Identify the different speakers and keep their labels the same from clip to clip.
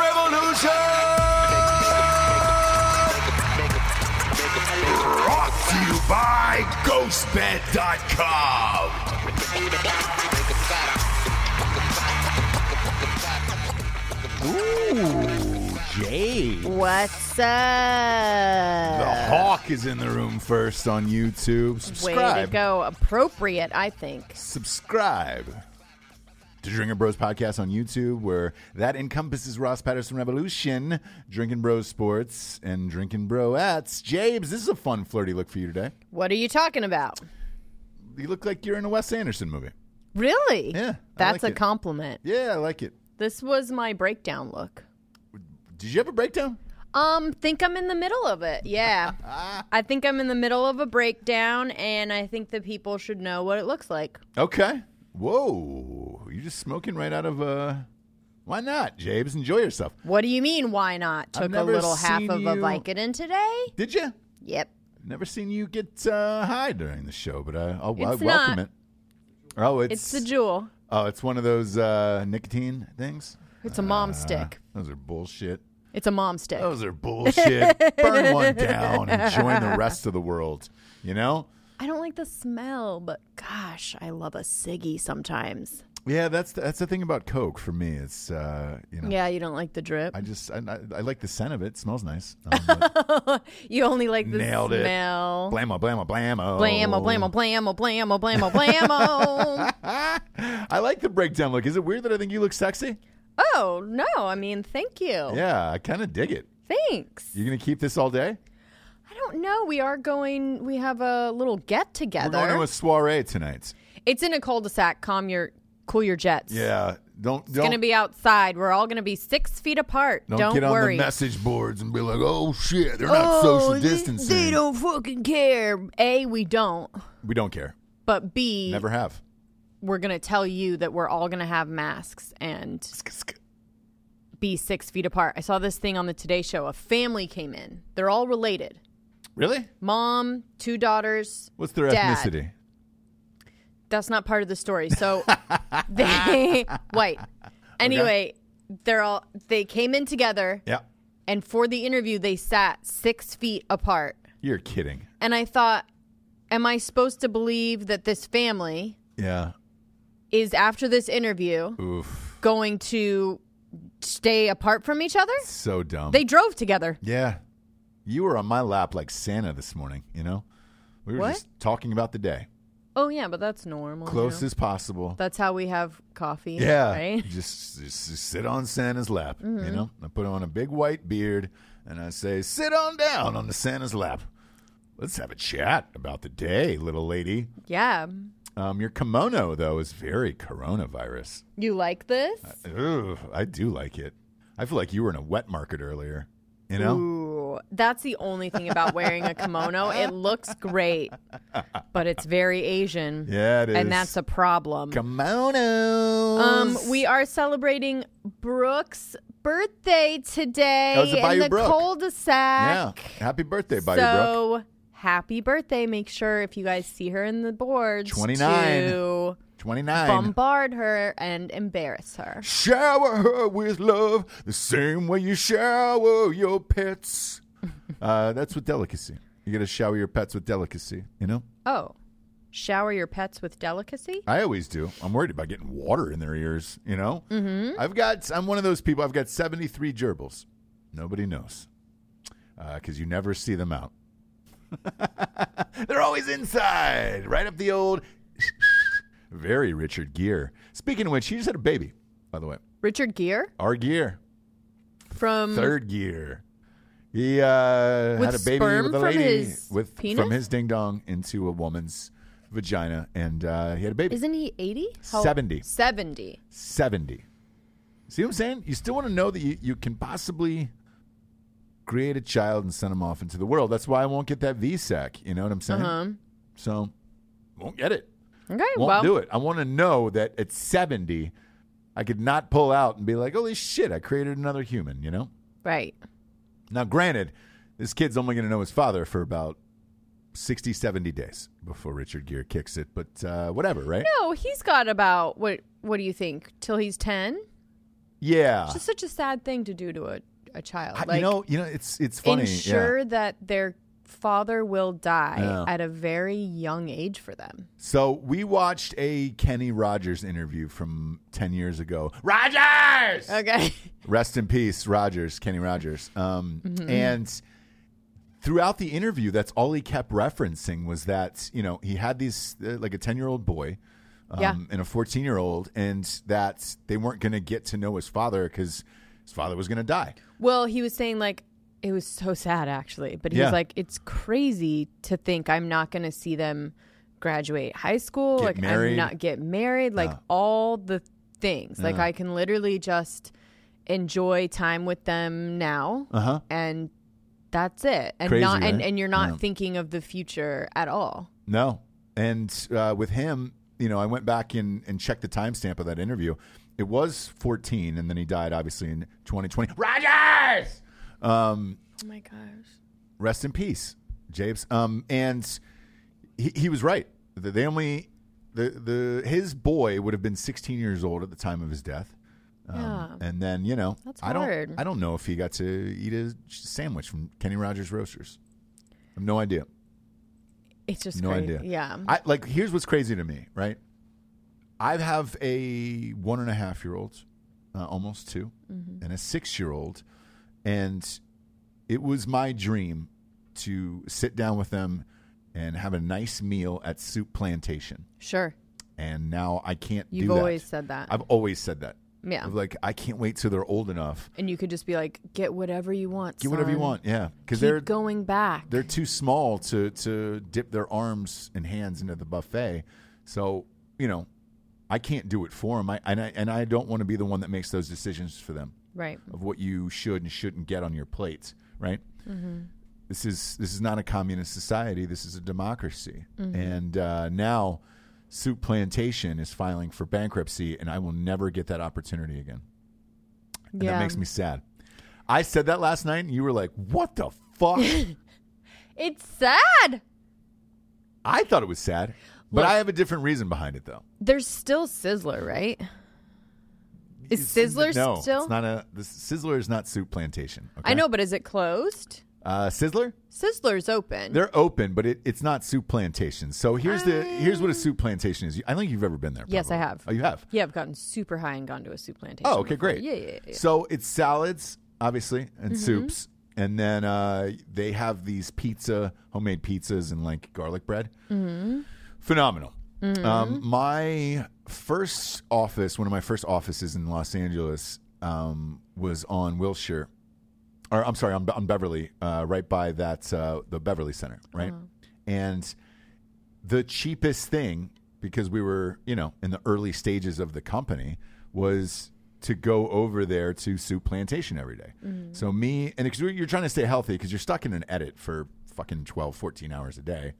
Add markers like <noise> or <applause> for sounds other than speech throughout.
Speaker 1: Revolution! Brought to you by GhostBed.com. Ooh, Jay.
Speaker 2: What's
Speaker 1: The
Speaker 2: up?
Speaker 1: Hawk is in the room first on YouTube.
Speaker 2: Way
Speaker 1: Subscribe.
Speaker 2: to go. Appropriate, I think.
Speaker 1: subscribe to Drinking Bros Podcast on YouTube, where that encompasses Ross Patterson Revolution, Drinking Bros Sports, and Drinking Broettes. Jabes, this is a fun flirty look for you today.
Speaker 2: What are you talking about?
Speaker 1: You look like you're in a Wes Anderson movie.
Speaker 2: Really?
Speaker 1: Yeah, I
Speaker 2: That's
Speaker 1: like
Speaker 2: a
Speaker 1: it.
Speaker 2: compliment.
Speaker 1: Yeah, I like it.
Speaker 2: This was my breakdown look.
Speaker 1: Did you have a breakdown?
Speaker 2: Um, think I'm in the middle of it. Yeah. I think I'm in the middle of a breakdown and I think the people should know what it looks like.
Speaker 1: Okay. Whoa, you're just smoking right out of Uh... Why not, Jabes? Enjoy yourself.
Speaker 2: What do you mean why not?
Speaker 1: I've
Speaker 2: Took a
Speaker 1: never
Speaker 2: little half
Speaker 1: seen
Speaker 2: of a
Speaker 1: you-
Speaker 2: Vicodin today?
Speaker 1: Did you?
Speaker 2: Yep.
Speaker 1: Never seen you get uh, high during the show, but I, I'll, I
Speaker 2: It's
Speaker 1: welcome
Speaker 2: not.
Speaker 1: it. Oh,
Speaker 2: It's a jewel.
Speaker 1: Oh, it's one of those uh, nicotine things. Uh,
Speaker 2: It's a mom
Speaker 1: Ah.
Speaker 2: stick.
Speaker 1: Those are bullshit.
Speaker 2: It's a mom stick.
Speaker 1: Those are bullshit. Burn
Speaker 2: <laughs>
Speaker 1: one down and join the rest of the world. You know?
Speaker 2: I don't like the smell, but gosh, I love a ciggy sometimes.
Speaker 1: Yeah, that's the, that's the thing about Coke for me. It's uh, you know,
Speaker 2: Yeah, you don't like the drip.
Speaker 1: I just I, I, I like the scent of it. it smells nice. Um,
Speaker 2: <laughs>
Speaker 1: but
Speaker 2: you only like the
Speaker 1: nailed it.
Speaker 2: smell.
Speaker 1: blammo, blammo, blammo,
Speaker 2: Blammo, blammo, blammo, blammo, blammo,
Speaker 1: <laughs>
Speaker 2: blammo.
Speaker 1: I like the breakdown look. Is it weird that I think you look sexy?
Speaker 2: oh no! I mean, thank you.
Speaker 1: Yeah, I kind of dig it.
Speaker 2: Thanks.
Speaker 1: You're gonna keep this all day.
Speaker 2: I don't know. We are going. We have a little get
Speaker 1: We're going to
Speaker 2: together.
Speaker 1: a soiree tonight.
Speaker 2: it's in a cul-de-sac. Calm your, cool your jets.
Speaker 1: Yeah, don't
Speaker 2: It's
Speaker 1: don't
Speaker 2: gonna be outside. We're all gonna be six feet apart.
Speaker 1: Don't,
Speaker 2: Don't,
Speaker 1: get on
Speaker 2: worry.
Speaker 1: the message boards and be like, "Oh shit, they're not social distancing."
Speaker 2: Oh, They don't fucking care. A, we don't.
Speaker 1: We don't care.
Speaker 2: But B,
Speaker 1: Never have.
Speaker 2: we're going to tell you that we're all going to have masks and be six feet apart. I saw this thing on the Today Show. A family came in. They're all related
Speaker 1: Really?
Speaker 2: mom, two daughters.
Speaker 1: What's their
Speaker 2: Dad.
Speaker 1: ethnicity?
Speaker 2: That's not part of the story.
Speaker 1: <laughs>
Speaker 2: So they, white. Anyway, they're all, they came in together
Speaker 1: Yeah.
Speaker 2: and for the interview, they sat six feet apart.
Speaker 1: You're kidding.
Speaker 2: And I thought, am I supposed to believe that this family
Speaker 1: Yeah.
Speaker 2: is after this interview
Speaker 1: Oof.
Speaker 2: going to stay apart from each other?
Speaker 1: So dumb.
Speaker 2: They drove together.
Speaker 1: yeah. You were on my lap like Santa this morning, you know? We were
Speaker 2: What?
Speaker 1: just talking about the day.
Speaker 2: Oh yeah, but that's normal. you
Speaker 1: Close
Speaker 2: know.
Speaker 1: as possible.
Speaker 2: That's how we have <laughs> coffee.
Speaker 1: yeah.
Speaker 2: Right? Mm-hmm.
Speaker 1: Just, just just sit on Santa's lap, you know? I put on a big white beard and I say, "Sit on down on the Santa's lap. Let's have a chat about the day, little lady."
Speaker 2: Yeah.
Speaker 1: Um, your kimono though is very coronavirus.
Speaker 2: You like this?
Speaker 1: Ooh, I do like it. I feel like you were in a wet market earlier. You know?
Speaker 2: Ooh, that's the only thing about wearing a kimono. It looks great, but it's very Asian.
Speaker 1: Yeah, it is.
Speaker 2: And that's a problem.
Speaker 1: kimono.
Speaker 2: Um, we are celebrating Brooke's birthday today
Speaker 1: Oh, it's a Bayou
Speaker 2: in the
Speaker 1: Brooke. Yeah.
Speaker 2: cul-de-sac.
Speaker 1: Happy birthday, Bayou Brooke.
Speaker 2: so happy birthday! Make sure if you guys see her in the boards,
Speaker 1: 29.
Speaker 2: to
Speaker 1: 29.
Speaker 2: bombard her and embarrass her.
Speaker 1: Shower her with love the same way you shower your pets. uh, that's with delicacy. You got to shower your pets with delicacy, you know?
Speaker 2: Oh, shower your pets with delicacy.
Speaker 1: I always do. I'm worried about getting water in their ears, you know? Mm-hmm. I've got, I'm one of those people, I've got 73 gerbils. Nobody knows because you never see them out. <laughs> They're always inside, right up the old. <laughs> Very Richard Gere. Speaking of which, he just had a baby, by the way.
Speaker 2: Richard Gere
Speaker 1: Our Gere.
Speaker 2: from
Speaker 1: third gear. He uh,
Speaker 2: Mm. With
Speaker 1: had a baby
Speaker 2: sperm
Speaker 1: with a
Speaker 2: from
Speaker 1: lady
Speaker 2: his
Speaker 1: with
Speaker 2: penis?
Speaker 1: from his ding dong into a woman's vagina, and uh, he had a baby.
Speaker 2: Isn't he 80?
Speaker 1: 70.
Speaker 2: 70.
Speaker 1: Seventy. See what I'm saying? You still want to know that you, you can possibly create a child and send him off into the world. That's why I won't get that VSAC. You know what I'm saying? So won't get it.
Speaker 2: Uh-huh. Okay,
Speaker 1: Won't
Speaker 2: well,
Speaker 1: do it. I want to know that at 70, I could not pull out and be like, "Holy shit! I created another human." You know?
Speaker 2: right.
Speaker 1: Now, granted, this kid's only going to know his father for about 60, 70 days before Richard Gere kicks it, but uh, whatever, right?
Speaker 2: No, he's got about what what do you think? Till he's 10?
Speaker 1: Yeah.
Speaker 2: It's just such a sad thing to do to a, a child.
Speaker 1: I-
Speaker 2: like
Speaker 1: Uh. you know, you know, it's it's funny.
Speaker 2: ensure
Speaker 1: Yeah.
Speaker 2: that their father will die
Speaker 1: Yeah.
Speaker 2: at a very young age for them.
Speaker 1: So we watched a Kenny Rogers interview from ten years ago. Rogers,
Speaker 2: Okay. <laughs>
Speaker 1: rest in peace, Rogers, Kenny Rogers. Um, And throughout the interview, that's all he kept referencing was that you know he had these uh, like a ten year old boy, um,
Speaker 2: Yeah.
Speaker 1: and a 14 year old, and that they weren't going to get to know his father because his father was going to die.
Speaker 2: Well, he was saying like it was so sad actually, but he
Speaker 1: Yeah.
Speaker 2: was like, it's crazy to think I'm not going to see them graduate high school,
Speaker 1: Get
Speaker 2: like
Speaker 1: married.
Speaker 2: I'm not get married, like all the things. Like I can literally just enjoy time with them now,
Speaker 1: huh.
Speaker 2: and that's it. And
Speaker 1: Crazy,
Speaker 2: not and,
Speaker 1: right?
Speaker 2: and you're not
Speaker 1: Yeah.
Speaker 2: thinking of the future at all.
Speaker 1: No. And uh, with him, you know, I went back and, and checked the timestamp of that interview. It was 14, and then he died, obviously, in 2020. Rogers! Um,
Speaker 2: Oh my gosh.
Speaker 1: rest in peace, Japes. Um, and he, he was right. The, they only the the his boy would have been 16 years old at the time of his death. Um,
Speaker 2: Yeah.
Speaker 1: And then you know,
Speaker 2: That's
Speaker 1: I don't
Speaker 2: hard.
Speaker 1: I don't know if he got to eat a sandwich from Kenny Rogers Roasters. I have no idea.
Speaker 2: It's just
Speaker 1: No
Speaker 2: crazy.
Speaker 1: idea.
Speaker 2: Yeah.
Speaker 1: I like here's what's crazy to me, right? I have a one and a half year old, uh, almost 2
Speaker 2: Mm-hmm.
Speaker 1: and a six year old, and it was my dream to sit down with them and have a nice meal at Soup Plantation,
Speaker 2: sure.
Speaker 1: and now I can't
Speaker 2: You've
Speaker 1: do
Speaker 2: always
Speaker 1: that.
Speaker 2: said that.
Speaker 1: I've always said that.
Speaker 2: yeah.
Speaker 1: I'm Like I can't wait till they're old enough.
Speaker 2: and you could just be like, get whatever you want.
Speaker 1: Get whatever you
Speaker 2: son.
Speaker 1: want, yeah, because
Speaker 2: Keep
Speaker 1: they're
Speaker 2: going back.
Speaker 1: they're too small to to dip their arms and hands into the buffet. So you know, I can't do it for them. I and I and I don't want to be the one that makes those decisions for them
Speaker 2: right.
Speaker 1: of what you should and shouldn't get on your plates. Right. This is this is not a communist society. This is a democracy. And uh, now, Soup Plantation is filing for bankruptcy, and I will never get that opportunity again. And
Speaker 2: yeah.
Speaker 1: that makes me sad. I said that last night, and you were like, "What the fuck."
Speaker 2: It's sad.
Speaker 1: I thought it was sad, but
Speaker 2: Look-
Speaker 1: I have a different reason behind it though.
Speaker 2: There's still Sizzler, right? Is
Speaker 1: It's-
Speaker 2: Sizzler
Speaker 1: no,
Speaker 2: still?
Speaker 1: It's not a the Sizzler is not soup plantation. Okay?
Speaker 2: I know, but is it closed?
Speaker 1: Uh, Sizzler,
Speaker 2: Sizzler's open.
Speaker 1: they're open, but it, it's not soup plantation. So here's the here's what a soup plantation is. I don't think you've ever been there.
Speaker 2: Yes, I
Speaker 1: probably.
Speaker 2: have.
Speaker 1: Oh, you have.
Speaker 2: yeah, I've gotten super high and gone to a soup plantation.
Speaker 1: Oh, okay,
Speaker 2: before.
Speaker 1: great.
Speaker 2: Yeah, yeah, yeah. Mm-hmm.
Speaker 1: So it's salads, obviously, and soups, and then uh, they have these pizza, homemade pizzas, and like garlic bread. Mm-hmm. Phenomenal.
Speaker 2: Mm-hmm.
Speaker 1: Um, my first office, one of my first offices in Los Angeles, um, was on Wilshire, or I'm sorry, on, on Beverly, uh, right by that uh, the Beverly Center, right,
Speaker 2: Uh-huh.
Speaker 1: and the cheapest thing because we were you know in the early stages of the company was to go over there to Soup Plantation every day. So me and because you're trying to stay healthy because you're stuck in an edit for fucking 12, 14 hours a day,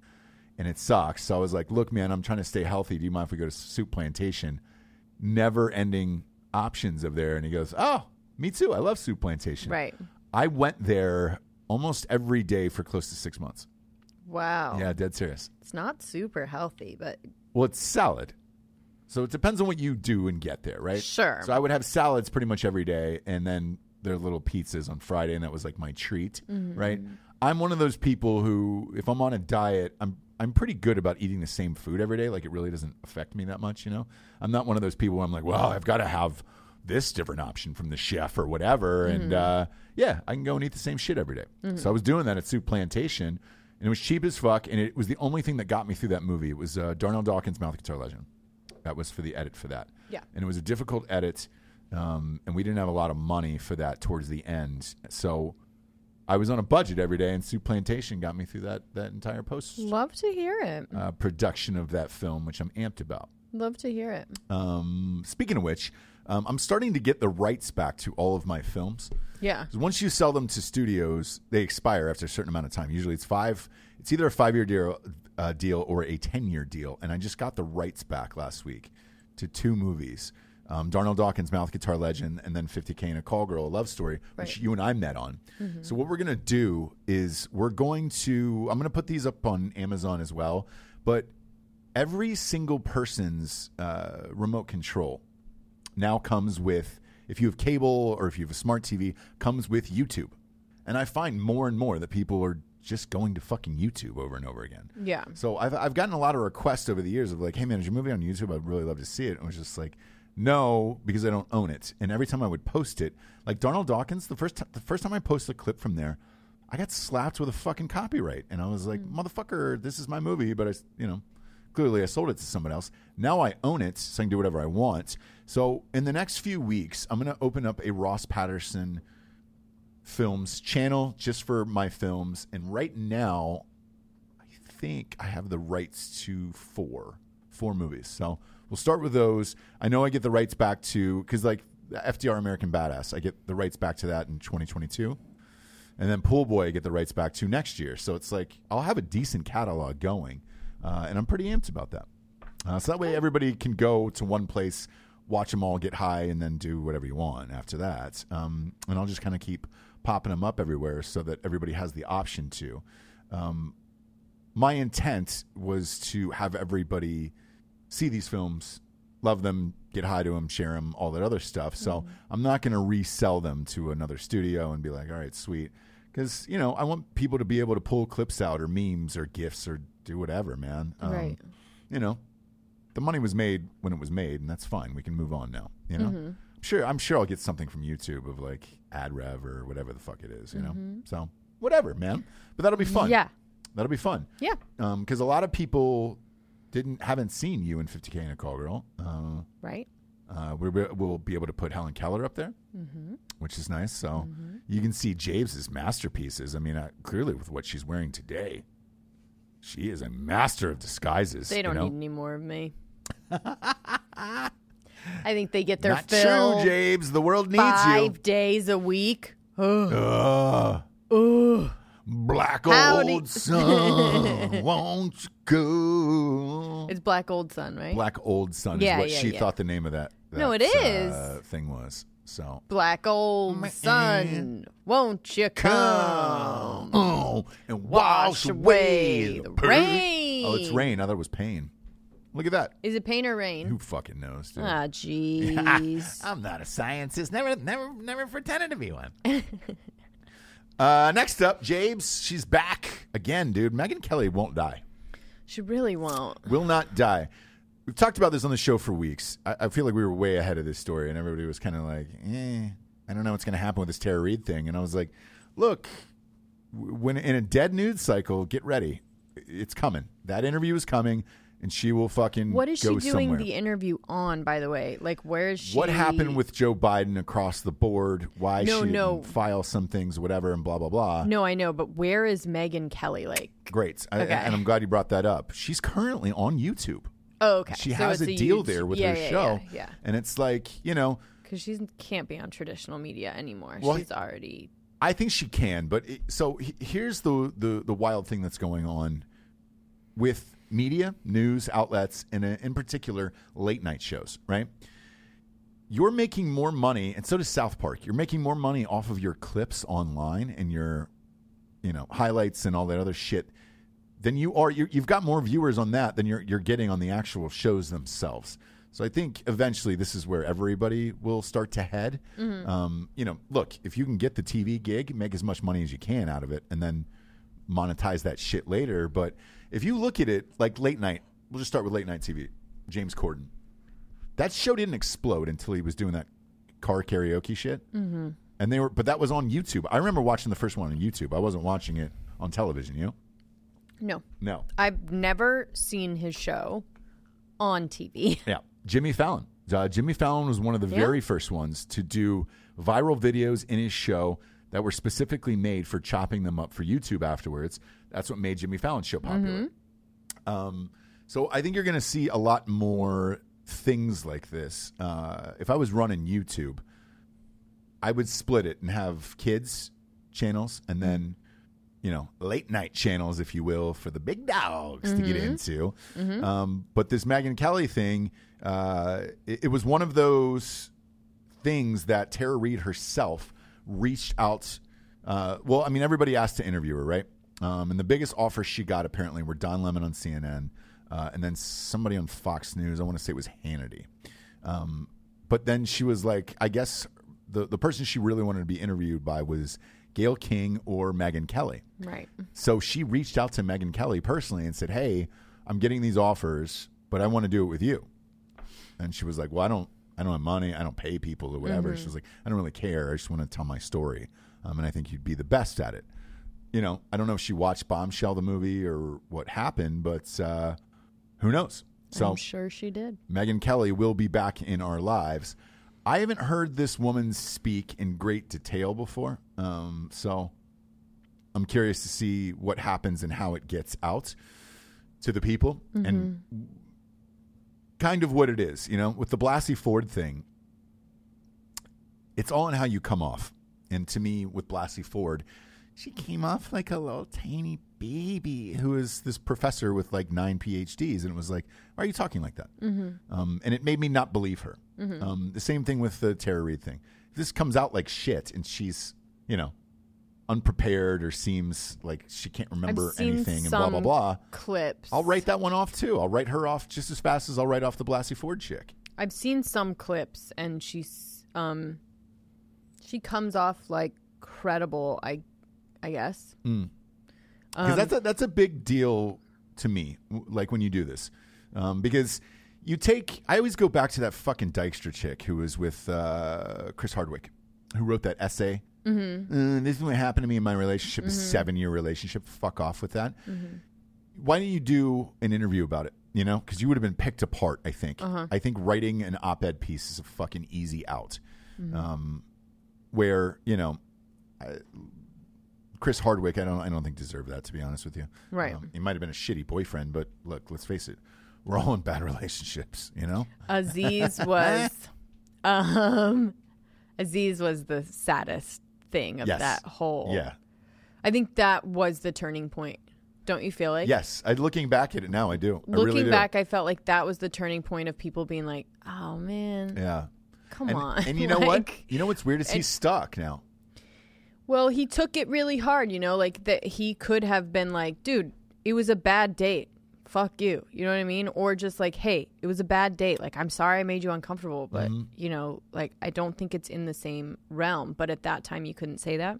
Speaker 1: and it sucks. So I was like, look, man, I'm trying to stay healthy. Do you mind if we go to Soup Plantation? Never ending options of there, and he goes, oh, me too. I love Soup Plantation.
Speaker 2: Right.
Speaker 1: I went there almost every day for close to six months.
Speaker 2: Wow.
Speaker 1: Yeah, dead serious.
Speaker 2: It's not super healthy, but
Speaker 1: Well, it's salad. So it depends on what you do and get there, right?
Speaker 2: Sure.
Speaker 1: So I would have salads pretty much every day and then their little pizzas on Friday, and that was like my treat, right? I'm one of those people who, if I'm on a diet, I'm I'm pretty good about eating the same food every day. Like it really doesn't affect me that much, you know? I'm not one of those people where I'm like, well, I've got to have this different option from the chef or whatever. And uh, yeah, I can go and eat the same shit every day. So I was doing that at Soup Plantation, and it was cheap as fuck. And it was the only thing that got me through that movie. It was uh, Darnell Dawkins' Mouth Guitar Legend. That was for the edit for that.
Speaker 2: Yeah.
Speaker 1: And it was a difficult edit. Um, and we didn't have a lot of money for that towards the end. So I was on a budget every day, and Soup Plantation got me through that, that entire post
Speaker 2: love to hear it.
Speaker 1: uh, production of that film, which I'm amped about.
Speaker 2: Love to hear it.
Speaker 1: Um, speaking of which, um, I'm starting to get the rights back to all of my films.
Speaker 2: Yeah.
Speaker 1: 'Cause Once you sell them to studios, they expire after a certain amount of time. Usually, it's five. It's either a five-year deal, uh, deal or a ten-year deal. And I just got the rights back last week to two movies: um, Darnell Dawkins' Mouth Guitar Legend, and then 50K and a Call Girl: A Love Story, which
Speaker 2: Right.
Speaker 1: you and I met on. So what we're gonna do is we're going to I'm gonna put these up on Amazon as well, but every single person's uh, remote control now comes with if you have cable or if you have a smart TV comes with YouTube. And I find more and more that people are just going to fucking YouTube over and over again.
Speaker 2: Yeah.
Speaker 1: So I've I've gotten a lot of requests over the years of like, hey man, is your movie on YouTube? I'd really love to see it. And I was just like, no, because I don't own it. And every time I would post it, like Donald Dawkins, the first t- the first time I posted a clip from there, I got slapped with a fucking copyright, and I was like, motherfucker, this is my movie, but I, s- you know, clearly I sold it to someone else. Now I own it, so I can do whatever I want. So in the next few weeks, I'm gonna open up a Ross Patterson films channel just for my films, and right now think I have the rights to four four movies. So we'll start with those. I know I get the rights back to because like the FDR American Badass, I get the rights back to that in 2022, and then Pool Boy I get the rights back to next year. So it's like I'll have a decent catalog going, uh, and I'm pretty amped about that. Uh, so that way everybody can go to one place, watch them all get high, and then do whatever you want after that. Um, and I'll just kind of keep popping them up everywhere so that everybody has the option to Um, my intent was to have everybody see these films, love them, get high to them, share them, all that other stuff. So I'm not going to resell them to another studio and be like, all right, sweet. Because, you know, I want people to be able to pull clips out or memes or GIFs or do whatever, man. Um,
Speaker 2: Right.
Speaker 1: You know, the money was made when it was made, and that's fine. We can move on now. You know,
Speaker 2: Mm-hmm.
Speaker 1: I'm sure I'm sure I'll get something from YouTube of like ad rev or whatever the fuck it is. You know, so whatever, man. But that'll be fun.
Speaker 2: Mm-hmm. Yeah.
Speaker 1: that'll be fun
Speaker 2: Yeah.
Speaker 1: because a lot of people didn't haven't seen you in 50k and a call girl. Uh,
Speaker 2: Right.
Speaker 1: uh, we we- we'll be able to put Helen Keller up there,
Speaker 2: Mm-hmm.
Speaker 1: which is nice. So you can see James's masterpieces. I mean, uh, clearly with what she's wearing today, she is a master of disguises.
Speaker 2: They don't
Speaker 1: you know?
Speaker 2: need any more of me.
Speaker 1: <laughs>
Speaker 2: I think they get their
Speaker 1: Not
Speaker 2: fill
Speaker 1: true, James. The world needs
Speaker 2: five
Speaker 1: you.
Speaker 2: days a week.
Speaker 1: Ugh. Black
Speaker 2: Howdy.
Speaker 1: old sun,
Speaker 2: <laughs>
Speaker 1: won't you go?
Speaker 2: It's black old sun, right?
Speaker 1: Black old sun
Speaker 2: Yeah,
Speaker 1: is what
Speaker 2: yeah,
Speaker 1: she
Speaker 2: yeah.
Speaker 1: thought the name of that.
Speaker 2: No,
Speaker 1: that,
Speaker 2: it is.
Speaker 1: uh, thing was. So
Speaker 2: Black old sun, won't you come?
Speaker 1: Oh, and wash away the pur-
Speaker 2: rain.
Speaker 1: Oh, it's rain. I thought it was pain. Look at that.
Speaker 2: Is it pain or rain?
Speaker 1: Who fucking knows, dude? <laughs>
Speaker 2: Ah, jeez.
Speaker 1: I'm not a scientist. Never, never, never pretended to be
Speaker 2: <laughs>
Speaker 1: one. uh, next up, James. She's back again, dude. Megan Kelly won't die.
Speaker 2: she really won't.
Speaker 1: will not die. We've talked about this on the show for weeks. I, I feel like we were way ahead of this story, and everybody was kind of like, eh, I don't know what's going to happen with this Tara Reid thing. And I was like, look, w- when in a dead news cycle, get ready. It's coming. That interview is coming, and she will fucking
Speaker 2: What is she
Speaker 1: Mm, go
Speaker 2: doing
Speaker 1: somewhere.
Speaker 2: the interview on, by the way? Like, where is she?
Speaker 1: What happened with Joe Biden across the board? Why
Speaker 2: No,
Speaker 1: she
Speaker 2: no.
Speaker 1: didn't file some things, whatever, and blah, blah, blah.
Speaker 2: No, I know, but where is Megan Kelly? Like,
Speaker 1: Great. I,
Speaker 2: Okay.
Speaker 1: and I'm glad you brought that up. She's currently on YouTube.
Speaker 2: oh, okay.
Speaker 1: She
Speaker 2: So
Speaker 1: has
Speaker 2: it's
Speaker 1: a deal
Speaker 2: huge-
Speaker 1: there with
Speaker 2: yeah,
Speaker 1: her
Speaker 2: yeah,
Speaker 1: show.
Speaker 2: Yeah, yeah.
Speaker 1: And it's like, you know,
Speaker 2: because she can't be on traditional media anymore.
Speaker 1: Well,
Speaker 2: She's already
Speaker 1: I think she can, but it, so he- here's the, the the wild thing that's going on with media, news outlets, and uh, in particular late night shows. Right? You're making more money, and so does South Park. You're making more money off of your clips online and your you know highlights and all that other shit than you are. you you've got more viewers on that than you're you're getting on the actual shows themselves. So I think eventually this is where everybody will start to head. Um, you know, look if you can get the TV gig, make as much money as you can out of it, and then monetize that shit later. But if you look at it like late night, we'll just start with late night TV. James Corden, that show didn't explode until he was doing that car karaoke shit. Mm-hmm. And they were, but that was on YouTube. I remember watching the first one on YouTube. I wasn't watching it on television. You know,
Speaker 2: no.
Speaker 1: no,
Speaker 2: I've never seen his show on TV.
Speaker 1: yeah. Jimmy Fallon. Uh, Jimmy Fallon was one of the very first ones to do viral videos in his show that were specifically made for chopping them up for YouTube afterwards. That's what made Jimmy Fallon's show popular. Um, so I think you're going to see a lot more things like this. Uh, if I was running YouTube, I would split it and have kids channels and then you know late night channels, if you will, for the big dogs to get into. Um, but this Megan Kelly thing, uh, it, it was one of those things that Tara Reid herself reached out. Uh, well, I mean, everybody asked to interview her, right? Um, and the biggest offers she got apparently were Don Lemon on CNN, uh, and then somebody on Fox News. I want to say it was Hannity. Um, but then she was like, I guess the the person she really wanted to be interviewed by was Gail King or Megan Kelly.
Speaker 2: Right.
Speaker 1: So she reached out to Megan Kelly personally and said, "Hey, I'm getting these offers, but I want to do it with you." And she was like, "Well, I don't, I don't have money. I don't pay people or whatever." She was like, "I don't really care. I just want to tell my story, um, and I think you'd be the best at it." You know, I don't know if she watched Bombshell the movie or what happened, but uh, who knows? So
Speaker 3: I'm sure she did.
Speaker 1: Megan Kelly will be back in our lives. I haven't heard this woman speak in great detail before, um, so I'm curious to see what happens and how it gets out to the people and
Speaker 2: Mm-hmm.
Speaker 1: kind of what it is. You know, with the Blasey Ford thing, it's all in how you come off. And to me, with Blasey Ford, she came off like a little tiny baby who is this professor with like nine PhDs. And it was like, why are you talking like that?
Speaker 2: Mm-hmm.
Speaker 1: Um, and it made me not believe her. Um, the same thing with the Tara Reid thing. If this comes out like shit and she's, you know, unprepared or seems like she can't remember
Speaker 2: I've seen
Speaker 1: anything and
Speaker 2: some
Speaker 1: blah, blah, blah.
Speaker 2: clips.
Speaker 1: I'll write that one off too. I'll write her off just as fast as I'll write off the Blasey Ford chick.
Speaker 2: I've seen some clips, and she's um, she comes off like credible. I, I guess. Um,
Speaker 1: because Hmm. that's a, <laughs> that's a big deal to me. w- Like when you do this, um, because you take. I always go back to that fucking Dykstra chick who was with uh, Chris Hardwick, who wrote that essay. Mm-hmm. this is what happened to me in my relationship, a seven year relationship. Fuck off with that. Why don't you do an interview about it? You know, because you would have been picked apart. I think.
Speaker 2: Uh-huh.
Speaker 1: I think writing an op ed piece is a fucking easy out.
Speaker 2: Mm-hmm.
Speaker 1: Um, where you know Chris Hardwick, I don't, I don't think deserved that. To be honest with you, Um,
Speaker 2: Right.
Speaker 1: he might have been a shitty boyfriend, but look, let's face it, we're all in bad <laughs> relationships, you know.
Speaker 2: Aziz was, um, Aziz was the saddest thing of
Speaker 1: Yes.
Speaker 2: that whole.
Speaker 1: Yeah.
Speaker 2: I think that was the turning point. Don't you feel like?
Speaker 1: Yes. I looking back at it now, I do. I
Speaker 2: Looking
Speaker 1: really do.
Speaker 2: back, I felt like that was the turning point of people being like, "Oh man,
Speaker 1: yeah.
Speaker 2: come
Speaker 1: And,
Speaker 2: on." <laughs>
Speaker 1: and you know what?
Speaker 2: Like-
Speaker 1: You know what's weird is he's stuck now.
Speaker 2: Well, he took it really hard, you know, like that he could have been like, dude, it was a bad date. Fuck you. You know what I mean? Or just like, hey, it was a bad date. Like, I'm sorry I made you uncomfortable, but, you know, like, I don't think it's in the same realm. But at that time, you couldn't say that.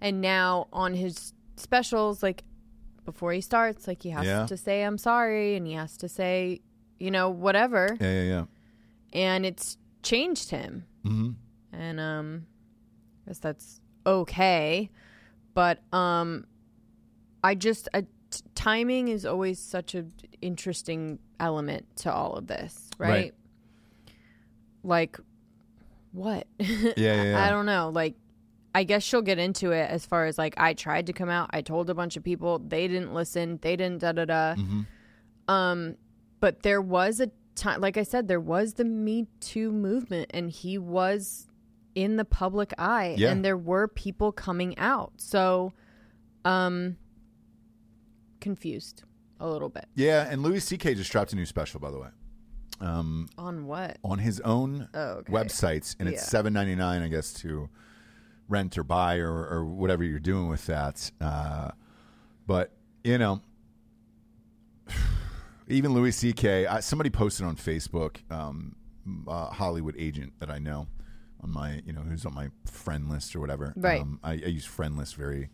Speaker 2: And now on his specials, like, before he starts, like, he has
Speaker 1: Yeah.
Speaker 2: to say, I'm sorry, and he has to say, you know, whatever.
Speaker 1: Yeah, yeah, yeah.
Speaker 2: And it's changed him and um I guess that's okay but um I just I, t- timing is always such an interesting element to all of this right,
Speaker 1: Right.
Speaker 2: like what <laughs>
Speaker 1: Yeah, yeah,
Speaker 2: I
Speaker 1: yeah.
Speaker 2: don't know like I guess she'll get into it as far as like I tried to come out I told a bunch of
Speaker 1: Mm-hmm.
Speaker 2: people they didn't listen they didn't da da da um but there was a time like I said, there was the Me Too movement and he was in the public eye
Speaker 1: Yeah.
Speaker 2: and there were people coming out. So um confused a little bit.
Speaker 1: Yeah, and Louis C.K. just dropped a new special, by the way,
Speaker 2: On what?
Speaker 1: on his own
Speaker 2: Oh, okay.
Speaker 1: websites, and it's
Speaker 2: Yeah.
Speaker 1: seven ninety nine, I guess, to rent or buy or, or whatever you're doing with that. Uh, but you know, <sighs> even Louis C.K. I, somebody posted on Facebook, um, a Hollywood agent that I know on my, you know, who's on my friend list or whatever.
Speaker 2: Right.
Speaker 1: Um, I, I use friend list very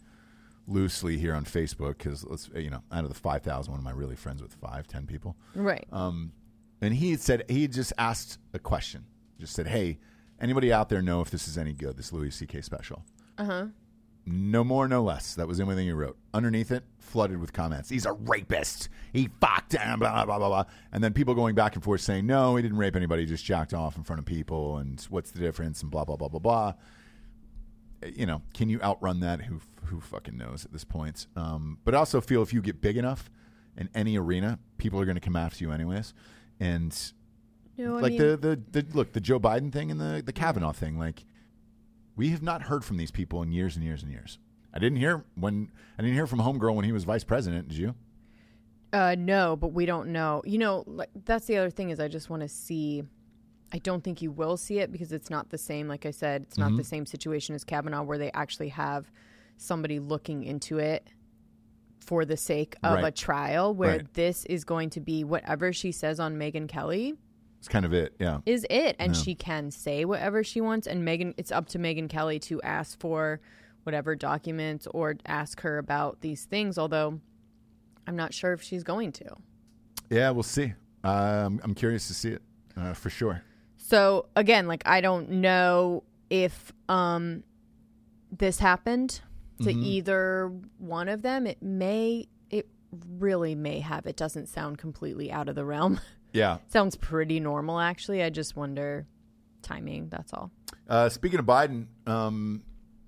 Speaker 1: loosely here on Facebook because let's, you know, out of the five thousand, one of my really friends with five, ten people.
Speaker 2: Right.
Speaker 1: Um, and he had said he had just asked a question, just said, "Hey, anybody out there know if this is any good? This Louis C.K. special?"
Speaker 2: Uh huh.
Speaker 1: No more, no less. That was the only thing he wrote. Underneath it, flooded with comments. He's a rapist. He fucked and blah blah blah blah. And then people going back and forth saying, "No, he didn't rape anybody. He just jacked off in front of people." And what's the difference? And blah blah blah blah blah. Uh, You know, can you outrun that? Who who fucking knows at this point? Um, but I also feel if you get big enough in any arena, people are going to come after you anyways. And
Speaker 2: No, I
Speaker 1: like
Speaker 2: mean,
Speaker 1: the, the the look, the Joe Biden thing and the the Kavanaugh thing. Like we have not heard from these people in years and years and years. I didn't hear when I didn't hear from Homegirl when he was vice president. Did you?
Speaker 2: Uh, no, but we don't know. You know, like, that's the other thing is I just want to see. I don't think you will see it because it's not the same. Like I said, it's
Speaker 1: Mm-hmm.
Speaker 2: not the same situation as Kavanaugh, where they actually have somebody looking into it for the sake of
Speaker 1: Right.
Speaker 2: a trial. Where
Speaker 1: Right.
Speaker 2: this is going to be whatever she says on Megan Kelly
Speaker 1: It's kind of it. Yeah.
Speaker 2: is it, and she can say whatever she wants. And Megan, it's up to Megan Kelly to ask for whatever documents or ask her about these things. Although, I'm not sure if she's going to.
Speaker 1: Yeah. We'll see. Um, I'm curious to see it uh, for sure.
Speaker 2: So again, like I don't know if um this happened to either one of them. It may it really may have. It doesn't sound completely out of the realm. <laughs>
Speaker 1: Yeah.
Speaker 2: Sounds pretty normal actually. I just wonder timing, that's all.
Speaker 1: Uh, speaking of Biden, um,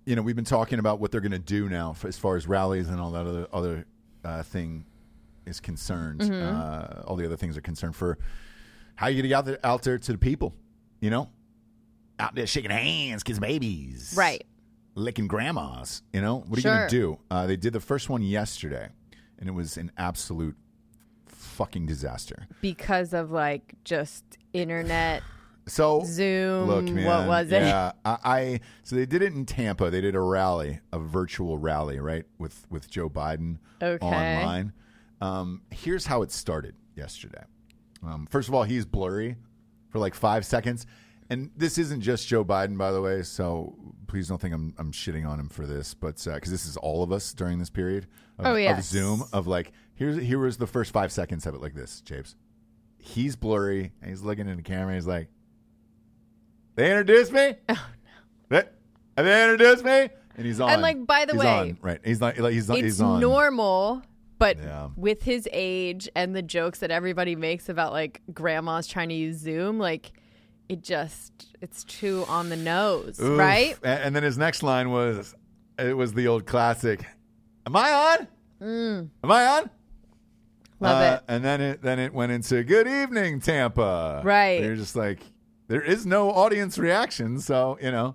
Speaker 1: you know, we've been talking about what they're going to do now for, as far as rallies and all that other other uh, thing is concerned.
Speaker 2: Mm-hmm.
Speaker 1: Uh, all the other things are concerned for how you get out there, out there to the people. You know, out there shaking hands, kissing babies,
Speaker 2: Right.
Speaker 1: licking grandmas. You know, what are you going to
Speaker 2: Sure.
Speaker 1: do? Uh, they did the first one yesterday, and it was an absolute fucking disaster.
Speaker 2: Because of like just internet
Speaker 1: So
Speaker 2: Zoom.
Speaker 1: Look, man.
Speaker 2: what was it?
Speaker 1: Yeah, I, I so they did it in Tampa. They did a rally, a virtual rally, right with with Joe Biden
Speaker 2: Okay.
Speaker 1: online. Um, here's how it started yesterday. Um, first of all, he's blurry for like five seconds, and this isn't just Joe Biden, by the way. So please don't think I'm I'm shitting on him for this, but because this is all of us during this period of,
Speaker 2: Oh,
Speaker 1: of
Speaker 2: yes.
Speaker 1: Zoom of like here's here was the first five seconds of it like this, Japes. He's blurry and he's looking in the camera. And he's like, they introduced
Speaker 2: <laughs>
Speaker 1: me. Oh no! They, they introduced me, and he's on.
Speaker 2: And, like, by the
Speaker 1: He's
Speaker 2: way,
Speaker 1: on, right? He's not. Like, he's not.
Speaker 2: it's
Speaker 1: he's on.
Speaker 2: normal but
Speaker 1: Yeah.
Speaker 2: with his age and the jokes that everybody makes about like grandmas trying to use zoom like it just it's too on the nose
Speaker 1: Oof.
Speaker 2: right
Speaker 1: A- And, then his next line was, it was the old classic. Am I on? Am I on?
Speaker 2: Mm. Love
Speaker 1: Uh, And then it then it went into good evening Tampa.
Speaker 2: Right.
Speaker 1: And You're just like there is no audience reaction, so you know
Speaker 2: it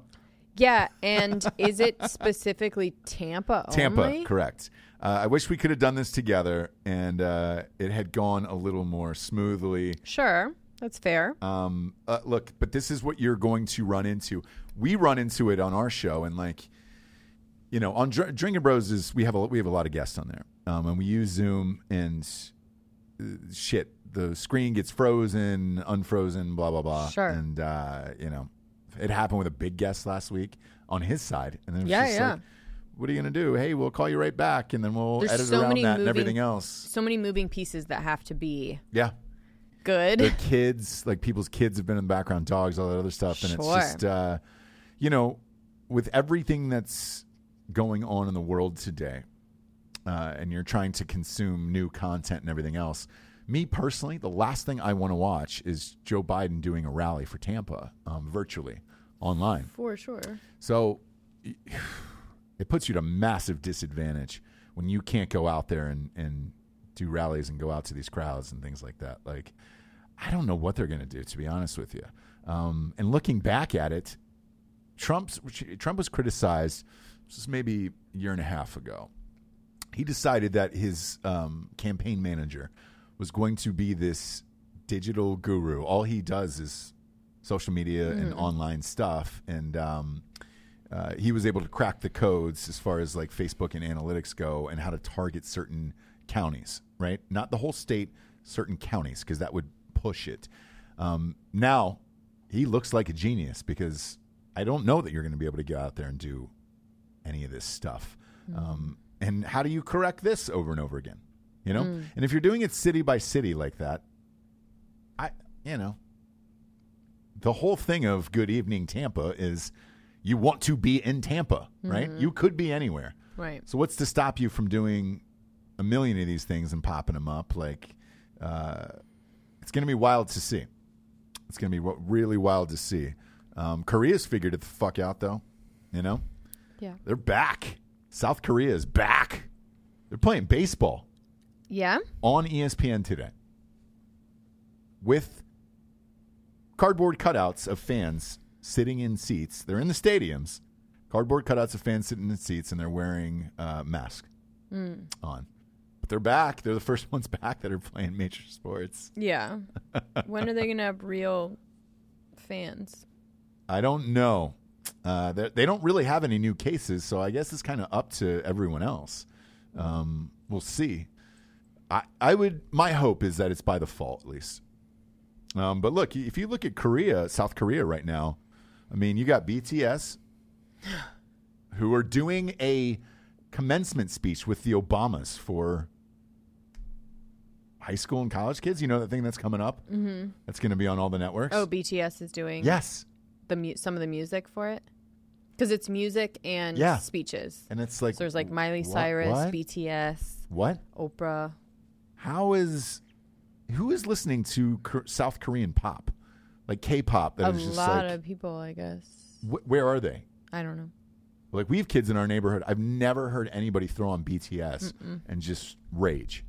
Speaker 2: yeah and is it specifically tampa
Speaker 1: <laughs> Tampa,
Speaker 2: only?
Speaker 1: correct. Uh, I wish we could have done this together, and uh, it had gone a little more smoothly.
Speaker 2: sure that's fair
Speaker 1: Um, uh, look, but this is what you're going to run into. We run into it on our show, and like, you know, on Dr- Drinking Bros is we have a we have a lot of guests on there, um, and we use Zoom and uh, shit. The screen gets frozen, unfrozen, blah blah blah.
Speaker 2: Sure.
Speaker 1: And uh, you know, it happened with a big guest last week on his side, and then it was
Speaker 2: Yeah,
Speaker 1: just
Speaker 2: yeah.
Speaker 1: like, what are you gonna do? Hey, we'll call you right back, and then we'll
Speaker 2: There's
Speaker 1: edit
Speaker 2: so
Speaker 1: around
Speaker 2: many
Speaker 1: that and
Speaker 2: moving-
Speaker 1: everything else.
Speaker 2: so many moving pieces that have to be
Speaker 1: Yeah.
Speaker 2: good
Speaker 1: the kids, like people's kids have been in the background, dogs, all that other stuff. And
Speaker 2: Sure.
Speaker 1: it's just, uh, you know, with everything that's going on in the world today, uh, and you're trying to consume new content and everything else. Me personally, the last thing I want to watch is Joe Biden doing a rally for Tampa um, virtually online.
Speaker 2: <laughs> for sure
Speaker 1: So <sighs> it puts you at a massive disadvantage when you can't go out there and, and do rallies and go out to these crowds and things like that. Like I don't know what they're going to do, to be honest with you. Um, and looking back at it, Trump's Trump was criticized. This is maybe a year and a half ago. He decided that his um, campaign manager was going to be this digital guru. All he does is social media and online stuff, and um, uh, he was able to crack the codes as far as like Facebook and analytics go, and how to target certain counties. Right, not the whole state, certain counties, because that would push it. Um, now he looks like a genius because I don't know that you're going to be able to get out there and do any of this stuff. Um, and how do you correct this over and over again? You know, and if you're doing it city by city like that, I you know, the whole thing of Good Evening Tampa is you want to be in Tampa, right? You could be anywhere.
Speaker 2: Right.
Speaker 1: So what's to stop you from doing a million of these things and popping them up? Like, uh, it's going to be wild to see. It's going to be wa- really wild to see. Um, Korea's figured it the fuck out though. You know,
Speaker 2: Yeah.
Speaker 1: they're back. South Korea is back. They're playing baseball
Speaker 2: Yeah.
Speaker 1: on E ESPN today with cardboard cutouts of fans sitting in seats. They're in the stadiums. Cardboard cutouts of fans sitting in seats, and they're wearing uh, masks on. But they're back. They're the first <laughs> ones back that are playing major sports. <laughs>
Speaker 2: Yeah. when are they gonna have real fans?
Speaker 1: I don't know. Uh, they they don't really have any new cases, so I guess it's kind of up to everyone else. Um, we'll see. I, I would. My hope is that it's by default, at least. Um, but look, if you look at Korea, South Korea right now, I mean, you got BTS, <gasps> who are doing a commencement speech with the Obamas for high school and college kids. You know that thing that's coming up. Mm-hmm. That's going to be on all the networks.
Speaker 2: Oh, BTS is doing
Speaker 1: yes.
Speaker 2: the mu- some of the music for it because it's music and
Speaker 1: Yeah.
Speaker 2: speeches.
Speaker 1: And it's like
Speaker 2: So there's like Miley
Speaker 1: wha-
Speaker 2: Cyrus,
Speaker 1: What?
Speaker 2: BTS,
Speaker 1: What?
Speaker 2: Oprah.
Speaker 1: How is who is listening to Kor- South Korean pop, like K-pop?
Speaker 2: A
Speaker 1: That is just
Speaker 2: lot
Speaker 1: like,
Speaker 2: of people, I guess.
Speaker 1: wh- where are they?
Speaker 2: I don't know.
Speaker 1: Like we have kids in our neighborhood. I've never heard anybody throw on BTS and just rage.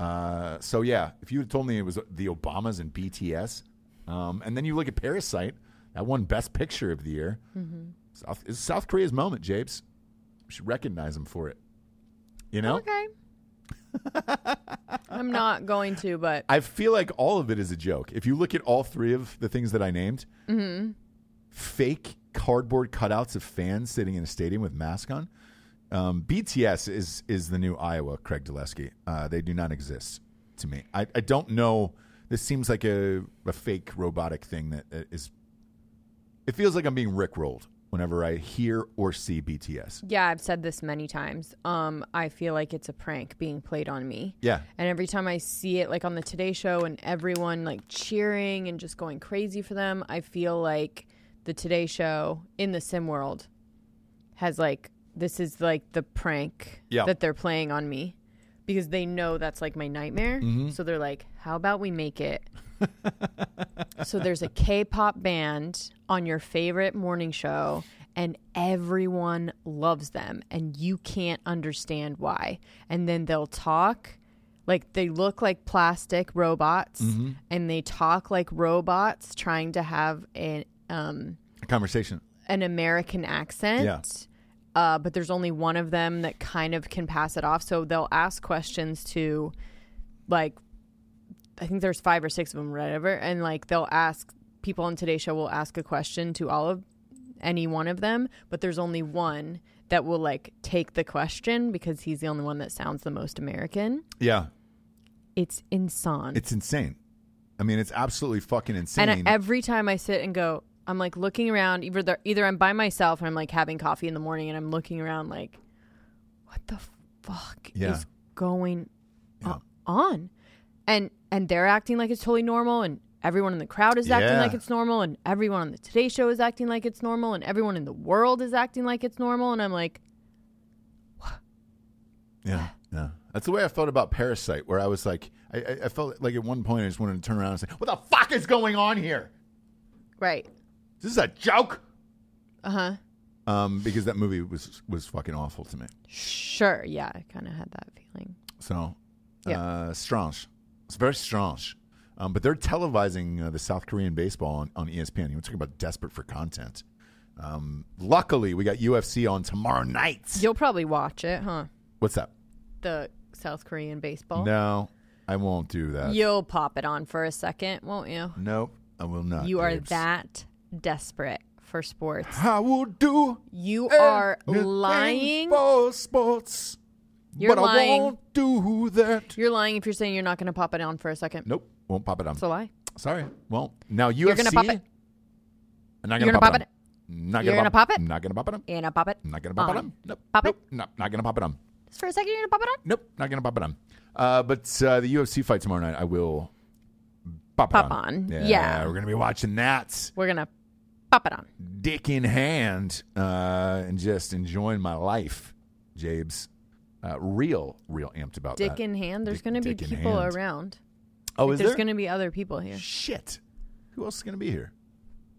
Speaker 1: Uh, so yeah, if you had told me it was the Obamas and BTS, um, and then you look at Parasite, that won Best Picture of the year.
Speaker 2: Mm-hmm.
Speaker 1: South it's South Korea's moment, Japes. We should recognize them for it. You know. <laughs>
Speaker 2: Okay. I'm not going to, but
Speaker 1: I feel like all of it is a joke. If you look at all three of the things that I named, fake cardboard cutouts of fans sitting in a stadium with masks on. Um, BTS is is the new Iowa Craig Gillespie. Uh, they do not exist to me. I, I don't know. This seems like a, a fake robotic thing that that is. It feels like I'm being rickrolled whenever I hear or see BTS.
Speaker 2: yeah, I've said this many times. Um, I feel like it's a prank being played on me.
Speaker 1: Yeah,
Speaker 2: And every time I see it, like on the Today Show, and everyone like cheering and just going crazy for them, I feel like the Today Show in the sim world has like this is like the prank
Speaker 1: Yeah.
Speaker 2: that they're playing on me because they know that's like my nightmare. So they're like, how about we make it? so there's a K-pop band on your favorite morning show and everyone loves them and you can't understand why. And then they'll talk like they look like plastic robots
Speaker 1: Mm-hmm.
Speaker 2: and they talk like robots trying to have an um
Speaker 1: conversation.
Speaker 2: an American accent.
Speaker 1: Yeah.
Speaker 2: Uh, but there's only one of them that kind of can pass it off. So they'll ask questions to, like, I think there's five or six of them, whatever. And like they'll ask people on Today Show will ask a question to all of any one of them, but there's only one that will like take the question because he's the only one that sounds the most American.
Speaker 1: Yeah,
Speaker 2: It's insane.
Speaker 1: it's insane. I mean, it's absolutely fucking insane.
Speaker 2: And I, every time I sit and go, I'm like looking around. Either there, either I'm by myself and I'm like having coffee in the morning, and I'm looking around like, what the fuck
Speaker 1: Yeah.
Speaker 2: is going o-
Speaker 1: Yeah.
Speaker 2: on? And and they're acting like it's totally normal, and everyone in the crowd is acting
Speaker 1: Yeah.
Speaker 2: like it's normal, and everyone on the Today Show is acting like it's normal, and everyone in the world is acting like it's normal, and I'm like,
Speaker 1: Yeah, yeah. That's the way I felt about Parasite, where I was like, I- I, I felt like at one point I just wanted to turn around and say, "What the fuck is going on here?
Speaker 2: right,
Speaker 1: Is this a joke?"
Speaker 2: uh huh,
Speaker 1: Um, because that movie was was fucking awful to me.
Speaker 2: sure, yeah, I kind of had that feeling.
Speaker 1: So,
Speaker 2: Yeah.
Speaker 1: uh, strange. It's very strange. Um, but they're televising uh, the South Korean baseball on, on E ESPN. You were talking about desperate for content. Um, luckily, we got UFC on tomorrow night.
Speaker 2: You'll probably watch it, huh?
Speaker 1: What's that?
Speaker 2: The South Korean baseball.
Speaker 1: No, I won't do that.
Speaker 2: You'll pop it on for a second, won't you?
Speaker 1: no, I will not.
Speaker 2: you are
Speaker 1: James.
Speaker 2: that desperate for sports.
Speaker 1: I will do.
Speaker 2: You are
Speaker 1: anything
Speaker 2: lying.
Speaker 1: for sports.
Speaker 2: You're
Speaker 1: but I
Speaker 2: lying.
Speaker 1: won't do that.
Speaker 2: You're lying if you're saying you're not going to pop it on for a second.
Speaker 1: Nope, won't pop it on.
Speaker 2: It's a lie.
Speaker 1: Sorry, won't. Now UFC.
Speaker 2: gonna pop it.
Speaker 1: I'm not
Speaker 2: You're
Speaker 1: gonna
Speaker 2: gonna
Speaker 1: pop it. on.
Speaker 2: pop
Speaker 1: Not
Speaker 2: You're
Speaker 1: gonna
Speaker 2: gonna
Speaker 1: pop
Speaker 2: pop it?
Speaker 1: I'm Not gonna pop it. on.
Speaker 2: You're going to pop it.
Speaker 1: I'm Not gonna pop it.
Speaker 2: on.
Speaker 1: on. Nope.
Speaker 2: Pop
Speaker 1: nope.
Speaker 2: it.
Speaker 1: Nope. Not gonna pop it on.
Speaker 2: Just for a second, you're going to pop it on.
Speaker 1: Nope. Not gonna pop it on. Uh, but uh, the UFC fight tomorrow night, I will pop,
Speaker 2: Pop
Speaker 1: it on.
Speaker 2: on.
Speaker 1: Yeah,
Speaker 2: Yeah.
Speaker 1: we're gonna be watching that,
Speaker 2: We're going to pop it on.
Speaker 1: dick in hand, uh, and just enjoying my life, Jabes. Uh, real, real amped about
Speaker 2: Dick
Speaker 1: that.
Speaker 2: in hand. There's
Speaker 1: Dick-
Speaker 2: going to be
Speaker 1: dick in
Speaker 2: people
Speaker 1: hand.
Speaker 2: around.
Speaker 1: Oh,
Speaker 2: Like,
Speaker 1: is
Speaker 2: there's
Speaker 1: there?
Speaker 2: going to be other people here.
Speaker 1: Shit. Who else is going to be here?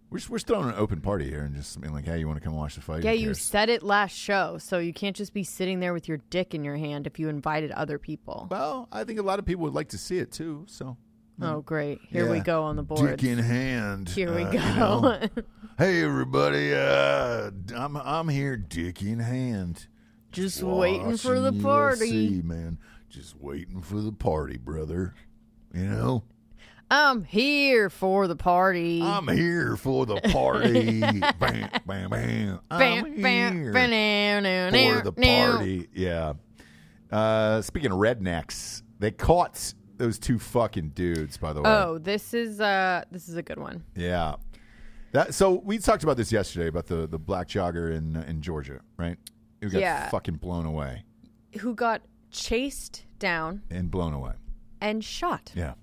Speaker 1: We're just, we're just throwing an open party here and just being like, hey, you want to come watch the fight?
Speaker 2: Yeah,
Speaker 1: Who
Speaker 2: you
Speaker 1: cares?
Speaker 2: said it last show, so you can't just be sitting there with your dick in your hand if you invited other people.
Speaker 1: Well, I think a lot of people would like to see it too. So
Speaker 2: Oh, great. Here we
Speaker 1: Yeah.
Speaker 2: go on the board.
Speaker 1: dick in hand.
Speaker 2: Here we
Speaker 1: uh,
Speaker 2: go.
Speaker 1: you
Speaker 2: <laughs>
Speaker 1: know. hey, everybody. Uh, I'm I'm here, dick in hand.
Speaker 2: Just waiting for the
Speaker 1: watching
Speaker 2: party.
Speaker 1: UFC, man. Just waiting for the party, brother. You know,
Speaker 2: I'm here for the party.
Speaker 1: I'm here for the
Speaker 2: <laughs>
Speaker 1: party. bam, bam, bam. I'm
Speaker 2: Bam,
Speaker 1: here.
Speaker 2: bam, bam, now, now,
Speaker 1: for
Speaker 2: now,
Speaker 1: the
Speaker 2: now.
Speaker 1: party. Yeah. Uh, speaking of rednecks, they caught those two fucking dudes. By the way,
Speaker 2: Oh, this is uh this is a good one.
Speaker 1: yeah. That so we talked about this yesterday about the the black jogger in in Georgia, right? Who got
Speaker 2: Yeah.
Speaker 1: fucking blown away
Speaker 2: Who got chased down
Speaker 1: and blown away.
Speaker 2: and shot
Speaker 1: Yeah.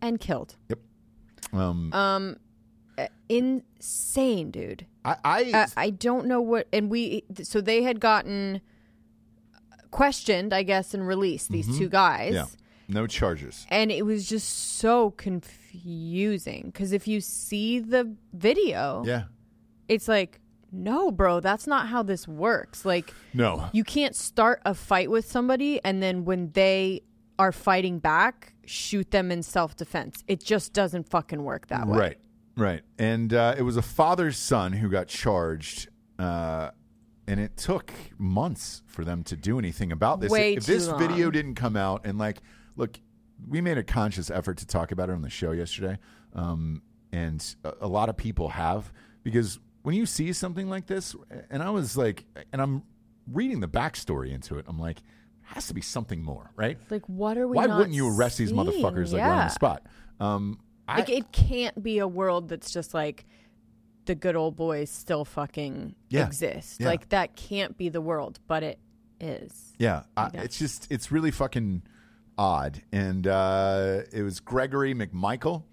Speaker 2: and killed.
Speaker 1: Um.
Speaker 2: Um uh, insane, dude.
Speaker 1: I. I
Speaker 2: Uh, I don't know what and we so they had gotten questioned, I guess, and released these two guys.
Speaker 1: Mm-hmm. yeah. No charges.
Speaker 2: and it was just so confusing because if you see the video
Speaker 1: Yeah.
Speaker 2: it's like no bro that's not how this works like
Speaker 1: No.
Speaker 2: you can't start a fight with somebody and then when they are fighting back shoot them in self-defense it just doesn't fucking work that way
Speaker 1: Right, right. And uh, it was a father's son who got charged, uh, and it took months for them to do anything about this.
Speaker 2: Way
Speaker 1: if this
Speaker 2: too
Speaker 1: video
Speaker 2: long.
Speaker 1: didn't come out, and like, look, we made a conscious effort to talk about it on the show yesterday, um, and a, a lot of people have because when you see something like this, and I was like, and I'm reading the backstory into it, I'm like, has to be something more, right?
Speaker 2: like what are we
Speaker 1: Why
Speaker 2: not
Speaker 1: wouldn't you arrest these
Speaker 2: seeing?
Speaker 1: motherfuckers like
Speaker 2: yeah.
Speaker 1: right on the spot? Um, I,
Speaker 2: like it can't be a world that's just like the good old boys still fucking
Speaker 1: Yeah.
Speaker 2: exist
Speaker 1: Yeah.
Speaker 2: like that can't be the world but it is
Speaker 1: Yeah, I, it's just it's really fucking odd. And uh, it was Gregory McMichael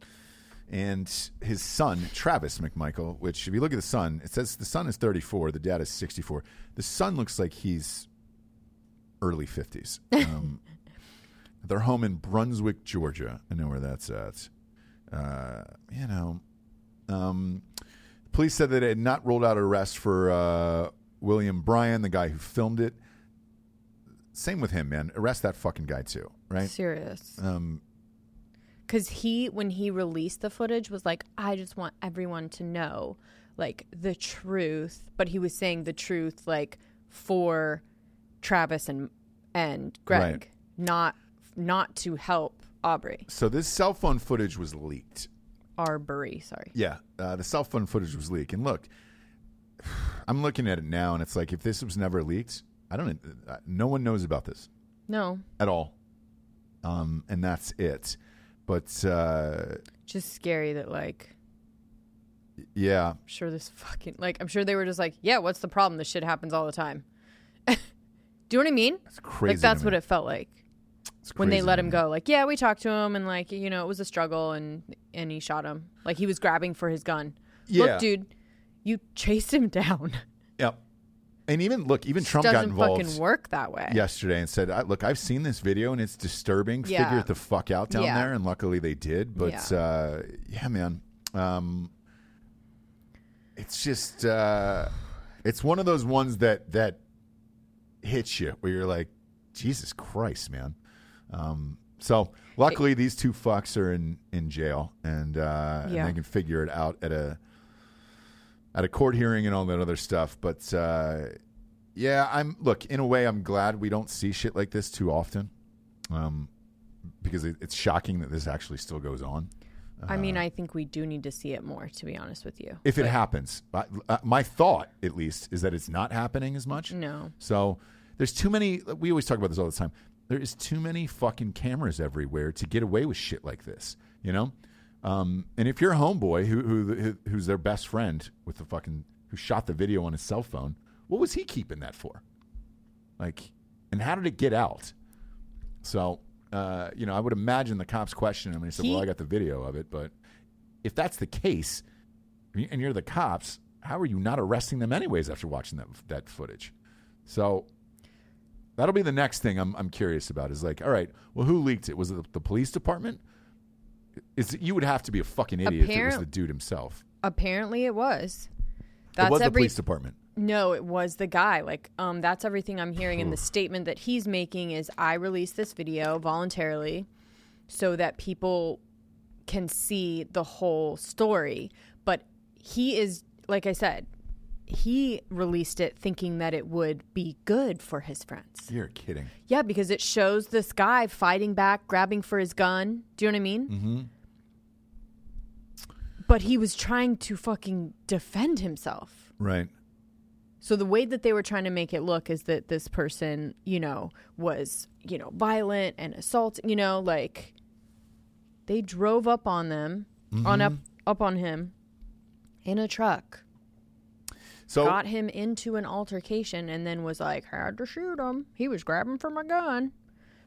Speaker 1: and his son Travis McMichael. Which, if you look at the son, it says the son is 34, the dad is 64. The son looks like he's early 50s. Um, they're home in Brunswick, Georgia. I know where that's at. Uh, you know, um, police said that it had not rolled out arrest for uh, William Bryan, the guy who filmed it. Same with him, man. Arrest that fucking guy too, right?
Speaker 2: serious
Speaker 1: Um,
Speaker 2: because he when he released the footage was like i just want everyone to know like the truth but he was saying the truth like for travis and and greg
Speaker 1: Right.
Speaker 2: not not to help aubrey
Speaker 1: so this cell phone footage was leaked.
Speaker 2: arbery sorry
Speaker 1: Yeah, uh, the cell phone footage was leaked. And look, <sighs> I'm looking at it now, and it's like if this was never leaked, I don't. Uh, no one knows about this.
Speaker 2: no
Speaker 1: at all. Um, and that's it. But uh,
Speaker 2: just scary that like
Speaker 1: yeah,
Speaker 2: I'm sure this fucking like I'm sure they were just like, yeah, what's the problem? This shit happens all the time. <laughs> Do you know what I mean?
Speaker 1: it's crazy.
Speaker 2: like that's what it felt like when they let him go. Like, yeah, we talked to him and like, you know, it was a struggle and and he shot him. Like he was grabbing for his gun.
Speaker 1: Yeah.
Speaker 2: Look, dude, you chased him down.
Speaker 1: Yep. And even look, even <laughs> Trump got
Speaker 2: Doesn't
Speaker 1: involved
Speaker 2: fucking work that way.
Speaker 1: yesterday and said, I, "Look, I've seen this video and it's disturbing.
Speaker 2: Yeah.
Speaker 1: Figure it the fuck out down
Speaker 2: Yeah.
Speaker 1: there." And luckily they did. But yeah,
Speaker 2: Yeah.
Speaker 1: uh, yeah man, um, it's just uh, it's one of those ones that that hits you where you're like, "Jesus Christ, man." Um, So luckily, these two fucks are in in jail, and, uh, and
Speaker 2: Yeah.
Speaker 1: they can figure it out at a at a court hearing and all that other stuff. But uh, yeah, I'm look in a way, I'm glad we don't see shit like this too often, um, because it, it's shocking that this actually still goes on.
Speaker 2: I mean,
Speaker 1: Uh-huh.
Speaker 2: I think we do need to see it more, to be honest with you.
Speaker 1: If it happens, I, uh, my thought at least is that it's not happening as much.
Speaker 2: No.
Speaker 1: So there's too many. We always talk about this all the time. There is too many fucking cameras everywhere to get away with shit like this, you know. Um, and if your homeboy who, who who who's their best friend with the fucking who shot the video on his cell phone, what was he keeping that for? Like, and how did it get out? So, uh, you know, I would imagine the cops questioned him and he said,
Speaker 2: He-
Speaker 1: "Well, I got the video of it." But if that's the case, and you're the cops, how are you not arresting them anyways after watching that that footage? So that'll be the next thing I'm I'm curious about is like, all right, well, who leaked it? Was it the, the police department? Is it, you would have to be a fucking idiot if it was
Speaker 2: Apparent-
Speaker 1: the dude himself.
Speaker 2: Apparently, it was.
Speaker 1: it
Speaker 2: That's
Speaker 1: was the
Speaker 2: every.
Speaker 1: police department.
Speaker 2: No, it was the guy. Like, um, that's everything I'm hearing in the statement that he's making is I released this video voluntarily so that people can see the whole story. But he is, like I said, he released it thinking that it would be good for his friends.
Speaker 1: You're kidding.
Speaker 2: Yeah, because it shows this guy fighting back, grabbing for his gun. Do you know what I mean?
Speaker 1: Mm.
Speaker 2: Mm-hmm. But he was trying to fucking defend himself.
Speaker 1: Right.
Speaker 2: So the way that they were trying to make it look is that this person, you know, was, you know, violent and assault, you know, like they drove up on them, on up up on him in a truck,
Speaker 1: So
Speaker 2: got him into an altercation and then was like, "Had to shoot him. He was grabbing for my gun."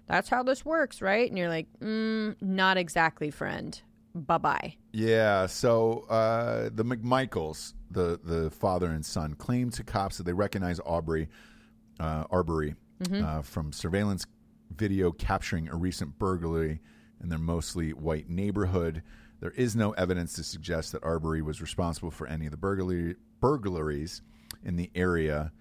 Speaker 2: That's how this works, right? And you're like, mm, "Not exactly, friend. Bye-bye."
Speaker 1: Yeah. So uh, the McMichaels, the the father and son, claimed to cops that they recognize Aubrey uh, Arbery uh, from surveillance video capturing a recent burglary in their mostly white neighborhood. There is no evidence to suggest that Arbery was responsible for any of the burglary, burglaries in the area,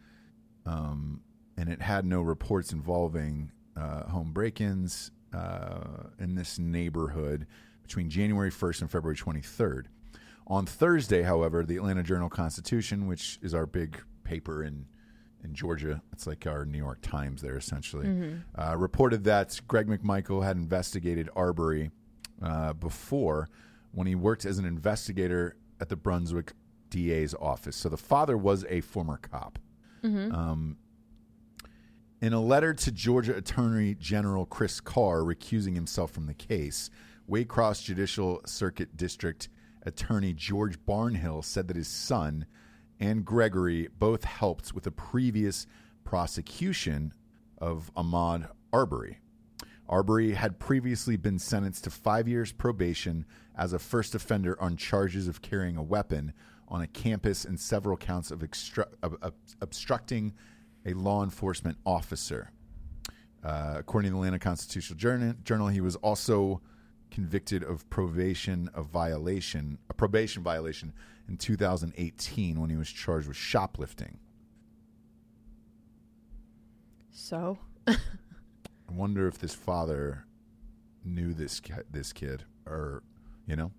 Speaker 1: um, and it had no reports involving uh, home break-ins uh, in this neighborhood between January 1st and February 23rd. On Thursday, however, the Atlanta Journal Constitution, which is our big paper in in Georgia, it's like our New York Times there essentially, uh, reported that Greg McMichael had investigated Arbery uh, before when he worked as an investigator at the Brunswick DA's office. So the father was a former cop. Um, In a letter to Georgia Attorney General Chris Carr recusing himself from the case, Waycross Judicial Circuit District Attorney George Barnhill said that his son and Gregory both helped with a previous prosecution of Ahmad Arbery. Arbery had previously been sentenced to five years probation as a first offender on charges of carrying a weapon on a campus and several counts of, extru- of, of obstructing a law enforcement officer. Uh, according to the Atlanta Constitutional Journal, Journal, he was also convicted of probation of violation, a probation violation in 2018 when he was charged with shoplifting.
Speaker 2: So,
Speaker 1: I wonder if this father knew this ki- this kid, or you know,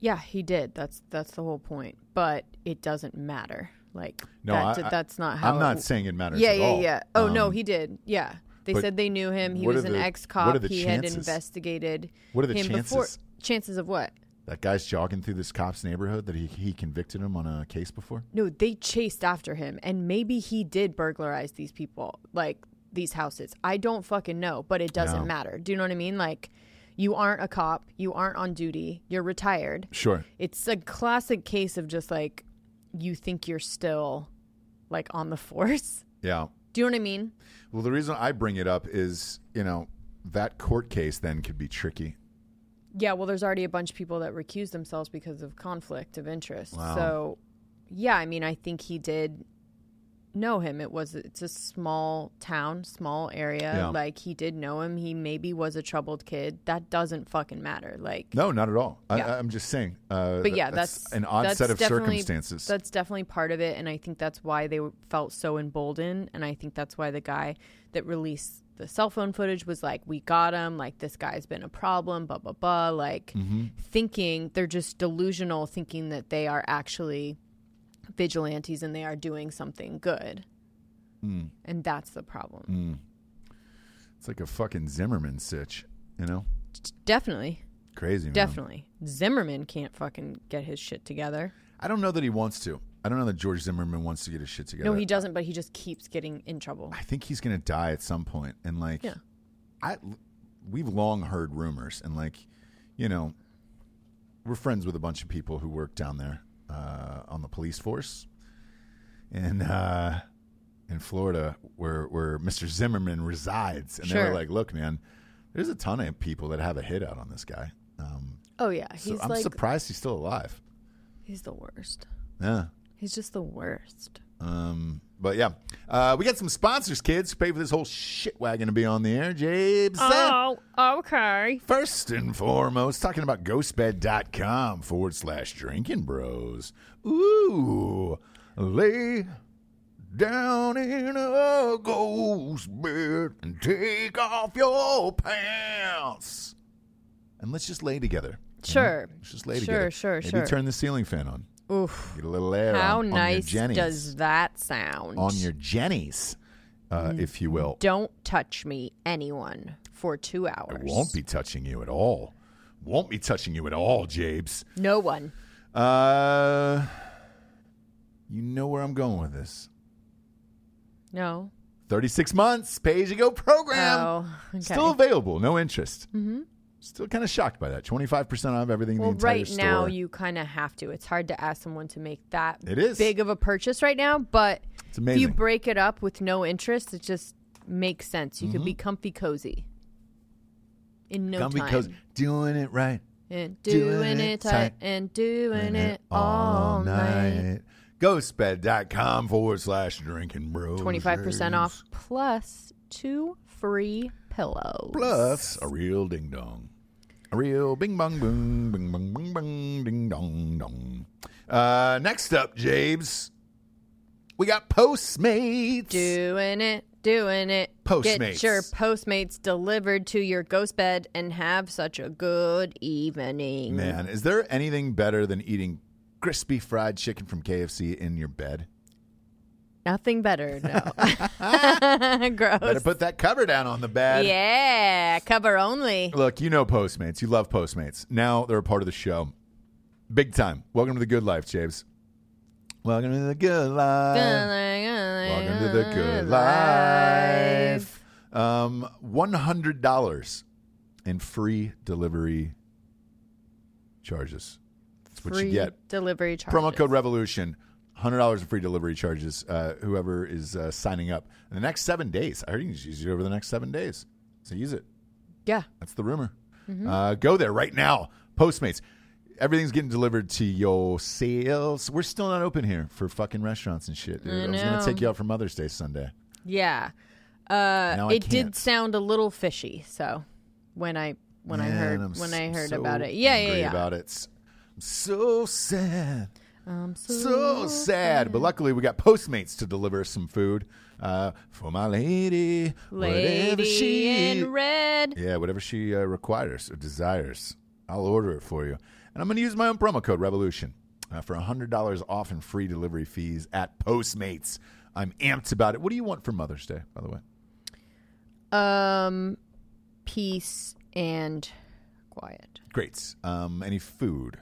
Speaker 2: Yeah, he did. That's that's the whole point. But it doesn't matter. Like
Speaker 1: No,
Speaker 2: that,
Speaker 1: I- I-
Speaker 2: that's not how.
Speaker 1: I'm
Speaker 2: it
Speaker 1: not
Speaker 2: w-
Speaker 1: saying it matters.
Speaker 2: Yeah,
Speaker 1: at
Speaker 2: yeah,
Speaker 1: all.
Speaker 2: yeah. Oh no,
Speaker 1: Um,
Speaker 2: he did. Yeah, they
Speaker 1: but
Speaker 2: said they knew him. He
Speaker 1: what
Speaker 2: was
Speaker 1: are
Speaker 2: an
Speaker 1: the-
Speaker 2: ex
Speaker 1: what are
Speaker 2: cop.
Speaker 1: the
Speaker 2: He
Speaker 1: chances?
Speaker 2: had investigated.
Speaker 1: What are the
Speaker 2: him Before.
Speaker 1: chances?
Speaker 2: Chances of what?
Speaker 1: that guy's jogging through this cop's neighborhood that he he convicted him on a case before.
Speaker 2: No, they chased after him, and maybe he did burglarize these people, like these houses. I don't fucking know, but it doesn't
Speaker 1: No.
Speaker 2: matter. Do you know what I mean? Like, you aren't a cop. You aren't on duty. You're retired.
Speaker 1: Sure.
Speaker 2: it's a classic case of just like you think you're still like on the <laughs> force.
Speaker 1: Yeah.
Speaker 2: Do you know what I mean?
Speaker 1: Well, the reason I bring it up is you know that court case then could be tricky.
Speaker 2: Yeah, well there's already a bunch of people that recuse themselves because of conflict of interest.
Speaker 1: Wow.
Speaker 2: So yeah, I mean I think he did know him. It was it's a small town, small area.
Speaker 1: Yeah.
Speaker 2: Like he did know him. He maybe was a troubled kid. That doesn't fucking matter. Like
Speaker 1: No, not at all. I,
Speaker 2: Yeah.
Speaker 1: I- I'm just saying. Uh,
Speaker 2: but yeah,
Speaker 1: th-
Speaker 2: that's,
Speaker 1: an odd
Speaker 2: that's
Speaker 1: set of
Speaker 2: definitely-
Speaker 1: circumstances.
Speaker 2: That's definitely part of it, and I think that's why they were- felt so emboldened, and I think that's why the guy that released the cell phone footage was like, we got him, like this guy's been a problem, blah blah blah. Like
Speaker 1: Mm-hmm.
Speaker 2: thinking they're just delusional, thinking that they are actually vigilantes and they are doing something good, and that's the problem.
Speaker 1: Hmm. Mm. It's like a fucking Zimmerman sitch, you know?
Speaker 2: Definitely,
Speaker 1: Crazy, man.
Speaker 2: definitely. Zimmerman can't fucking get his shit together.
Speaker 1: I don't know that he wants to. I don't know that George Zimmerman wants to get his shit together.
Speaker 2: No, he doesn't, but he just keeps getting in trouble.
Speaker 1: I think he's gonna die at some point, and like,
Speaker 2: Yeah.
Speaker 1: I we've long heard rumors, and like, you know, we're friends with a bunch of people who work down there uh, on the police force, and uh, in Florida, where where Mr. Zimmerman resides, and they were
Speaker 2: Sure.
Speaker 1: like, "Look, man, there's a ton of people that have a hit out on this guy." Um,
Speaker 2: Oh yeah,
Speaker 1: so
Speaker 2: he's
Speaker 1: I'm
Speaker 2: like
Speaker 1: surprised he's still alive.
Speaker 2: he's the worst.
Speaker 1: Yeah.
Speaker 2: He's just the worst.
Speaker 1: Um, but yeah, uh, we got some sponsors, kids, who pay for this whole shit wagon to be on the air. James.
Speaker 2: okay.
Speaker 1: First and foremost, talking about ghostbed.com forward slash drinking bros. Ooh, lay down in a ghost bed and take off your pants. And let's just lay together.
Speaker 2: Sure.
Speaker 1: Let's just lay
Speaker 2: sure,
Speaker 1: together.
Speaker 2: Sure,
Speaker 1: Maybe
Speaker 2: sure,
Speaker 1: turn the ceiling fan on.
Speaker 2: Oof.
Speaker 1: Get a little air
Speaker 2: How
Speaker 1: on, on
Speaker 2: nice
Speaker 1: your jennies.
Speaker 2: does that sound?
Speaker 1: on your jennies, uh,
Speaker 2: Mm.
Speaker 1: if you will.
Speaker 2: Don't touch me, anyone, for two
Speaker 1: I
Speaker 2: hours.
Speaker 1: won't be touching you at all. Won't be touching you at all, Jabes.
Speaker 2: No one.
Speaker 1: Uh, you know where I'm going with this.
Speaker 2: No.
Speaker 1: 36 months, pay as you go program.
Speaker 2: Oh, okay.
Speaker 1: Still available, no interest. Mm-hmm. Still kind of shocked by that. 25% off everything in
Speaker 2: well,
Speaker 1: the entire
Speaker 2: right
Speaker 1: store.
Speaker 2: now you kind of have to. It's hard to ask someone to make that
Speaker 1: It is.
Speaker 2: big of a purchase right now, but
Speaker 1: it's
Speaker 2: if you
Speaker 1: amazing.
Speaker 2: break it up with no interest, it just makes sense. You can
Speaker 1: Mm-hmm.
Speaker 2: be comfy cozy in no
Speaker 1: Gumby
Speaker 2: time.
Speaker 1: Co's doing it right.
Speaker 2: and
Speaker 1: Doing it
Speaker 2: doing, it
Speaker 1: tight.
Speaker 2: tight and doing it all night.
Speaker 1: Ghostbed.com forward slash drinking bros.
Speaker 2: 25% off plus two free pillows.
Speaker 1: Plus a real ding dong. A real bing bong boom, bing bong bing bong, ding dong dong. Uh, next up, Jabes, we got Postmates.
Speaker 2: Doing it, doing it.
Speaker 1: Postmates.
Speaker 2: Get your Postmates delivered to your ghost bed and have such a good evening.
Speaker 1: Man, is there anything better than eating crispy fried chicken from KFC in your bed? <laughs>
Speaker 2: Nothing better, no.
Speaker 1: Better
Speaker 2: <laughs> Gross.
Speaker 1: put that cover down on the bed.
Speaker 2: Yeah, cover only.
Speaker 1: Look, you know Postmates. You love Postmates. Now they're a part of the show. Big time. Welcome to the good life, Jabes. Welcome to the good life. Welcome
Speaker 2: Welcome
Speaker 1: to the good life. Um, one hundred dollars in free delivery charges. That's what you
Speaker 2: Free
Speaker 1: get.
Speaker 2: delivery charge.
Speaker 1: Promo code Revolution. Hundred dollars in free delivery charges. Uh, whoever is uh, signing up in the next seven days. I heard you can just use it over the next seven days. So use it.
Speaker 2: Yeah.
Speaker 1: That's the rumor.
Speaker 2: Mm-hmm.
Speaker 1: Uh, go there right now. Postmates. Everything's getting delivered to your sales. We're still not open here for fucking restaurants and shit, dude. I,
Speaker 2: I
Speaker 1: was gonna
Speaker 2: know.
Speaker 1: take you out for Mother's Day Sunday.
Speaker 2: Yeah.
Speaker 1: Now
Speaker 2: Uh,
Speaker 1: I
Speaker 2: it
Speaker 1: can't.
Speaker 2: did sound a little fishy. So when I when I
Speaker 1: Man,
Speaker 2: heard
Speaker 1: I'm s-
Speaker 2: when I heard
Speaker 1: so
Speaker 2: about it, yeah, yeah,
Speaker 1: angry
Speaker 2: yeah.
Speaker 1: About it, S- I'm so sad,
Speaker 2: Um, so,
Speaker 1: so sad. But luckily, we got Postmates to deliver some food uh, for my lady, whatever
Speaker 2: lady
Speaker 1: she
Speaker 2: in red.
Speaker 1: yeah, whatever she uh, requires or desires, I'll order it for you. And I'm going to use my own promo code Revolution uh, for $100 off and free delivery fees at Postmates. I'm amped about it. What do you want for Mother's Day, by the way?
Speaker 2: Um, peace and quiet.
Speaker 1: Great. Um, any food?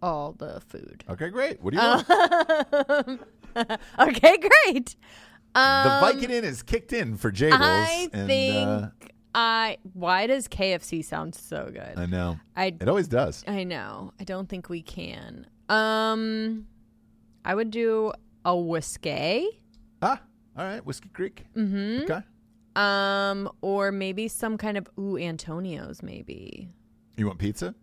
Speaker 2: All the food. <laughs>
Speaker 1: Okay, great. What do you
Speaker 2: Uh,
Speaker 1: want?
Speaker 2: Okay, great.
Speaker 1: the Vicodin is kicked in for Jables.
Speaker 2: Um, I
Speaker 1: and,
Speaker 2: think
Speaker 1: uh,
Speaker 2: I. Why does KFC sound so good?
Speaker 1: I know.
Speaker 2: I
Speaker 1: It always does.
Speaker 2: I know. I don't think we can. Um, I would do a whiskey.
Speaker 1: Ah, all right. Whiskey Creek. Mm-hmm. Okay.
Speaker 2: Um, or maybe some kind of ooh Antonio's maybe.
Speaker 1: You want pizza?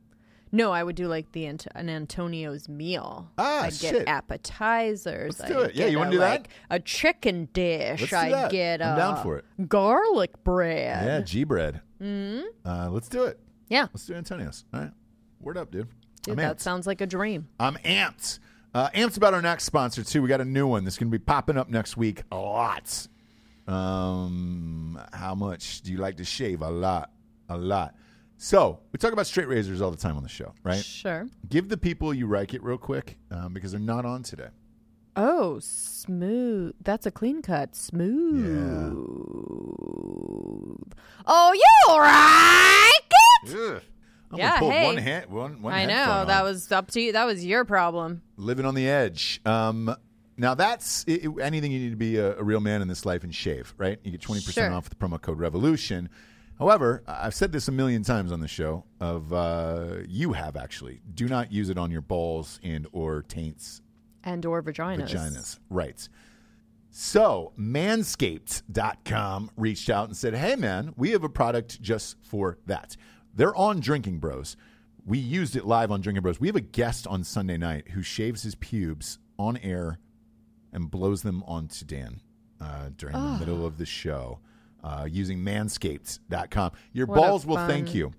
Speaker 2: No, I would do like the Ant- an Antonio's meal.
Speaker 1: Ah,
Speaker 2: I'd get
Speaker 1: shit.
Speaker 2: appetizers.
Speaker 1: Let's do
Speaker 2: I'd
Speaker 1: it. Yeah,
Speaker 2: get
Speaker 1: you wanna
Speaker 2: a,
Speaker 1: do that?
Speaker 2: like, A chicken dish.
Speaker 1: Let's do
Speaker 2: I'd
Speaker 1: that.
Speaker 2: get uh,
Speaker 1: I'm
Speaker 2: a
Speaker 1: down for it.
Speaker 2: garlic bread.
Speaker 1: Yeah, Oh, G bread. Mm-hmm. Uh, let's do it.
Speaker 2: Yeah.
Speaker 1: Let's do Antonio's. All right. Word up, dude.
Speaker 2: Dude,
Speaker 1: I'm
Speaker 2: that
Speaker 1: amped.
Speaker 2: sounds like a dream.
Speaker 1: I'm amped. Uh, amped about our next sponsor, too. We got a new one that's going to be popping up next week. Lots. Um, how much do you like to shave? A lot, a lot. So we talk about straight razors all the time on the show, right?
Speaker 2: Sure.
Speaker 1: Give the people you like it real quick um, because they're not on today.
Speaker 2: Oh, smooth. That's a clean cut. Smooth. Oh, you like it?
Speaker 1: I'm
Speaker 2: Yeah,
Speaker 1: gonna pull
Speaker 2: hey.
Speaker 1: one hand, one, one
Speaker 2: I
Speaker 1: headphone
Speaker 2: know.
Speaker 1: off.
Speaker 2: That was up to you. That was your problem.
Speaker 1: living on the edge. Um, now that's i i- anything you need to be a, a real man in this life and shave, right? You get twenty percent
Speaker 2: Sure.
Speaker 1: off with the promo code Revolution. However, I- I've said this a million times on the show. Of uh, you have actually, do not use it on your balls and or taints,
Speaker 2: And or vaginas.
Speaker 1: vaginas, right? So, manscaped.com reached out and said, Hey, man, we have a product just for that. They're on Drinking Bros. We used it live on Drinking Bros. We have a guest on Sunday night who shaves his pubes on air and blows them onto Dan uh, during the middle of the show uh, using manscaped.com. Your
Speaker 2: What a
Speaker 1: balls will thank
Speaker 2: fun-
Speaker 1: you.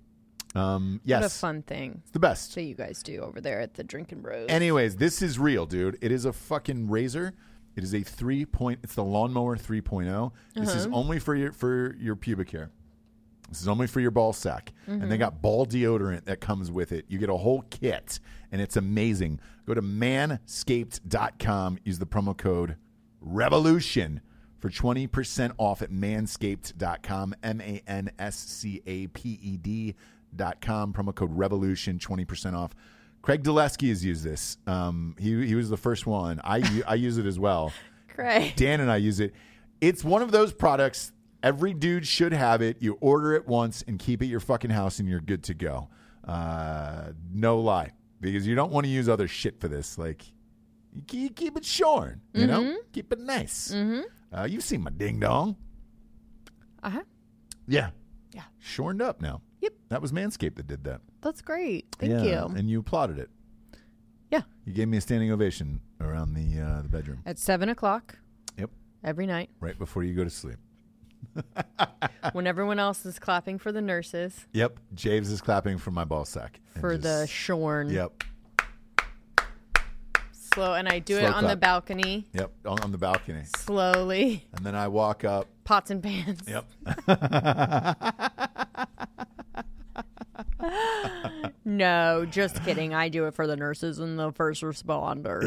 Speaker 1: Um,
Speaker 2: What a
Speaker 1: yes,
Speaker 2: fun thing
Speaker 1: it's the best.
Speaker 2: that you guys do over there at the Drinking Bros.
Speaker 1: Anyways, this is real, dude. It is a fucking razor. It is a three point. It's the lawnmower 3.0. This is only for your for your pubic hair. This is only for your ball sack. And they got ball deodorant that comes with it. You get a whole kit, and it's amazing. Go to manscaped.com. Use the promo code REVOLUTION for 20% off at manscaped.com. M A N S C A P E D.com. Promo code REVOLUTION, 20% off. Craig Dulesky has used this. Um, he, he was the first one. I, u- I use it as well.
Speaker 2: <laughs> Cray.
Speaker 1: Dan and I use it. It's one of those products every dude should have it. You order it once and keep it at your fucking house, and you're good to go. Uh, no lie, because you don't want to use other shit for this. Like, you ke- keep it shorn, you
Speaker 2: Mm-hmm.
Speaker 1: know, keep it nice. Uh, you've seen my ding dong,
Speaker 2: Uh huh.
Speaker 1: yeah,
Speaker 2: Yeah.
Speaker 1: shorned up now.
Speaker 2: Yep.
Speaker 1: that was Manscaped that did that.
Speaker 2: That's great. Thank
Speaker 1: Yeah,
Speaker 2: you.
Speaker 1: and you applauded it.
Speaker 2: Yeah.
Speaker 1: You gave me a standing ovation around the uh, the bedroom.
Speaker 2: At seven o'clock
Speaker 1: Yep,
Speaker 2: every night,
Speaker 1: right before you go to sleep. Ah.
Speaker 2: when everyone else is clapping for the nurses,
Speaker 1: Yep, James is clapping for my ball sack. And
Speaker 2: for the
Speaker 1: just-
Speaker 2: shorn.
Speaker 1: Yep,
Speaker 2: Slow. And I do it
Speaker 1: Slow
Speaker 2: on the
Speaker 1: clap.
Speaker 2: balcony,
Speaker 1: yep, on, on the balcony,
Speaker 2: slowly. <laughs>
Speaker 1: and then I walk up.
Speaker 2: Pots and pans.
Speaker 1: Yep,
Speaker 2: No, just kidding. I do it for the nurses and the first responders.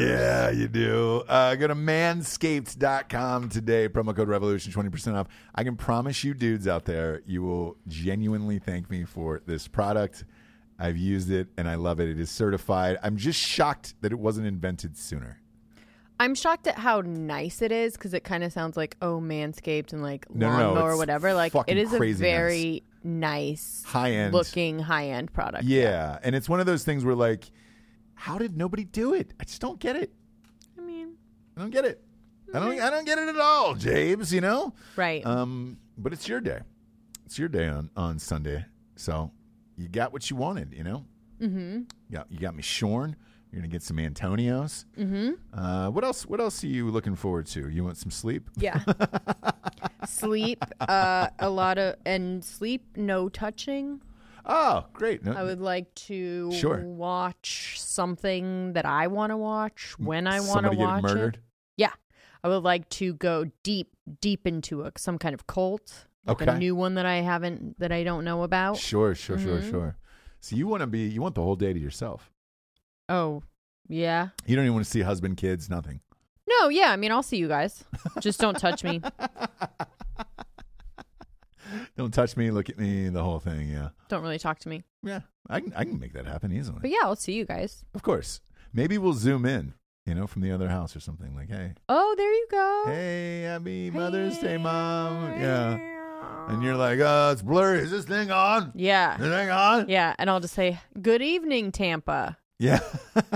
Speaker 1: <laughs> yeah, you do. Uh, go to manscaped.com today. Promo code Revolution twenty percent off. I can promise you, dudes out there, you will genuinely thank me for this product. I've used it and I love it. It is certified. I'm just shocked that it wasn't invented sooner.
Speaker 2: I'm shocked at how nice it is because it kind of sounds like oh manscaped and like
Speaker 1: No, no, no,
Speaker 2: lawnmower
Speaker 1: it's
Speaker 2: or whatever. Like
Speaker 1: fucking
Speaker 2: it is a
Speaker 1: crazy
Speaker 2: very nice,
Speaker 1: High-end.
Speaker 2: looking high end product.
Speaker 1: yeah, and it's one of those things where like, how did nobody do it? I just don't get it.
Speaker 2: I mean,
Speaker 1: I don't get it. I don't. I don't get it at all, James. You know.
Speaker 2: right?
Speaker 1: Um. But it's your day. It's your day on on Sunday. So you got what you wanted. You know. Mm-hmm. Yeah. You got me shorn. You're gonna get some Antonios. Mm-hmm. Uh, what else? What else are you looking forward to? You want some sleep? <laughs>
Speaker 2: yeah. sleep, uh, a lot of and sleep, no touching.
Speaker 1: Oh, great. No,
Speaker 2: I would like to
Speaker 1: Sure.
Speaker 2: watch something that I want to watch when I want to
Speaker 1: somebody
Speaker 2: watch
Speaker 1: getting murdered.
Speaker 2: it. Yeah. I would like to go deep, deep into a, some kind of cult. Like
Speaker 1: Okay.
Speaker 2: a new one that I haven't, that I don't know about.
Speaker 1: Sure. Sure.
Speaker 2: Mm-hmm.
Speaker 1: Sure. Sure. So you want to be? You want the whole day to yourself.
Speaker 2: Oh, yeah.
Speaker 1: You don't even want to see husband, kids, nothing.
Speaker 2: No, yeah. I mean, I'll see you guys. Just don't touch
Speaker 1: <laughs>
Speaker 2: me.
Speaker 1: Don't touch me. Look at me. The whole thing. Yeah.
Speaker 2: Don't really talk to me.
Speaker 1: Yeah. I can. I can make that happen easily.
Speaker 2: But yeah, I'll see you guys.
Speaker 1: Of course. Maybe we'll zoom in, you know, from the other house or something. Like, hey,
Speaker 2: Oh, there you go.
Speaker 1: hey, happy Mother's Day, Mom. Yeah. And you're like, uh, it's blurry. Is this thing on? Is
Speaker 2: <laughs> Yeah.
Speaker 1: this thing on?
Speaker 2: Yeah. And I'll just say, good evening, Tampa.
Speaker 1: Yeah. <laughs>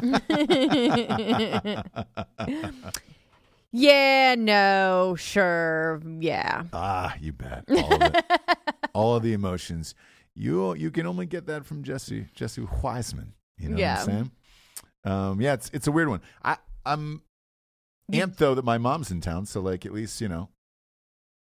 Speaker 2: yeah, no, sure. Yeah.
Speaker 1: ah, you bet. All of it.
Speaker 2: <laughs>
Speaker 1: All of the emotions. You you can only get that from Jesse Jesse Wiseman. You know
Speaker 2: Yeah.
Speaker 1: what I'm saying? Um, yeah, it's it's a weird one. I I'm amped though that my mom's in town, so like at least you know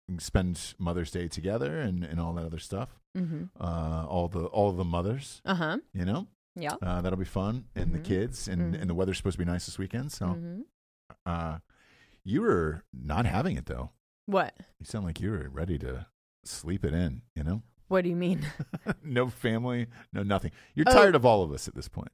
Speaker 1: we can spend Mother's Day together and and all that other stuff.
Speaker 2: Mm-hmm.
Speaker 1: uh, all the all the mothers.
Speaker 2: Uh huh.
Speaker 1: You know,
Speaker 2: Yeah.
Speaker 1: uh, that'll be fun, and the
Speaker 2: Mhm.
Speaker 1: kids, and
Speaker 2: Mhm.
Speaker 1: and the Oh.
Speaker 2: Mm-hmm.
Speaker 1: weather's supposed to be nice this weekend. So,
Speaker 2: Mhm.
Speaker 1: uh, you were not having it though.
Speaker 2: What?
Speaker 1: You sound like you were ready to sleep it in, you know? <laughs>
Speaker 2: What do you mean?
Speaker 1: no family, no nothing. You're
Speaker 2: Oh.
Speaker 1: tired of all of us at this point.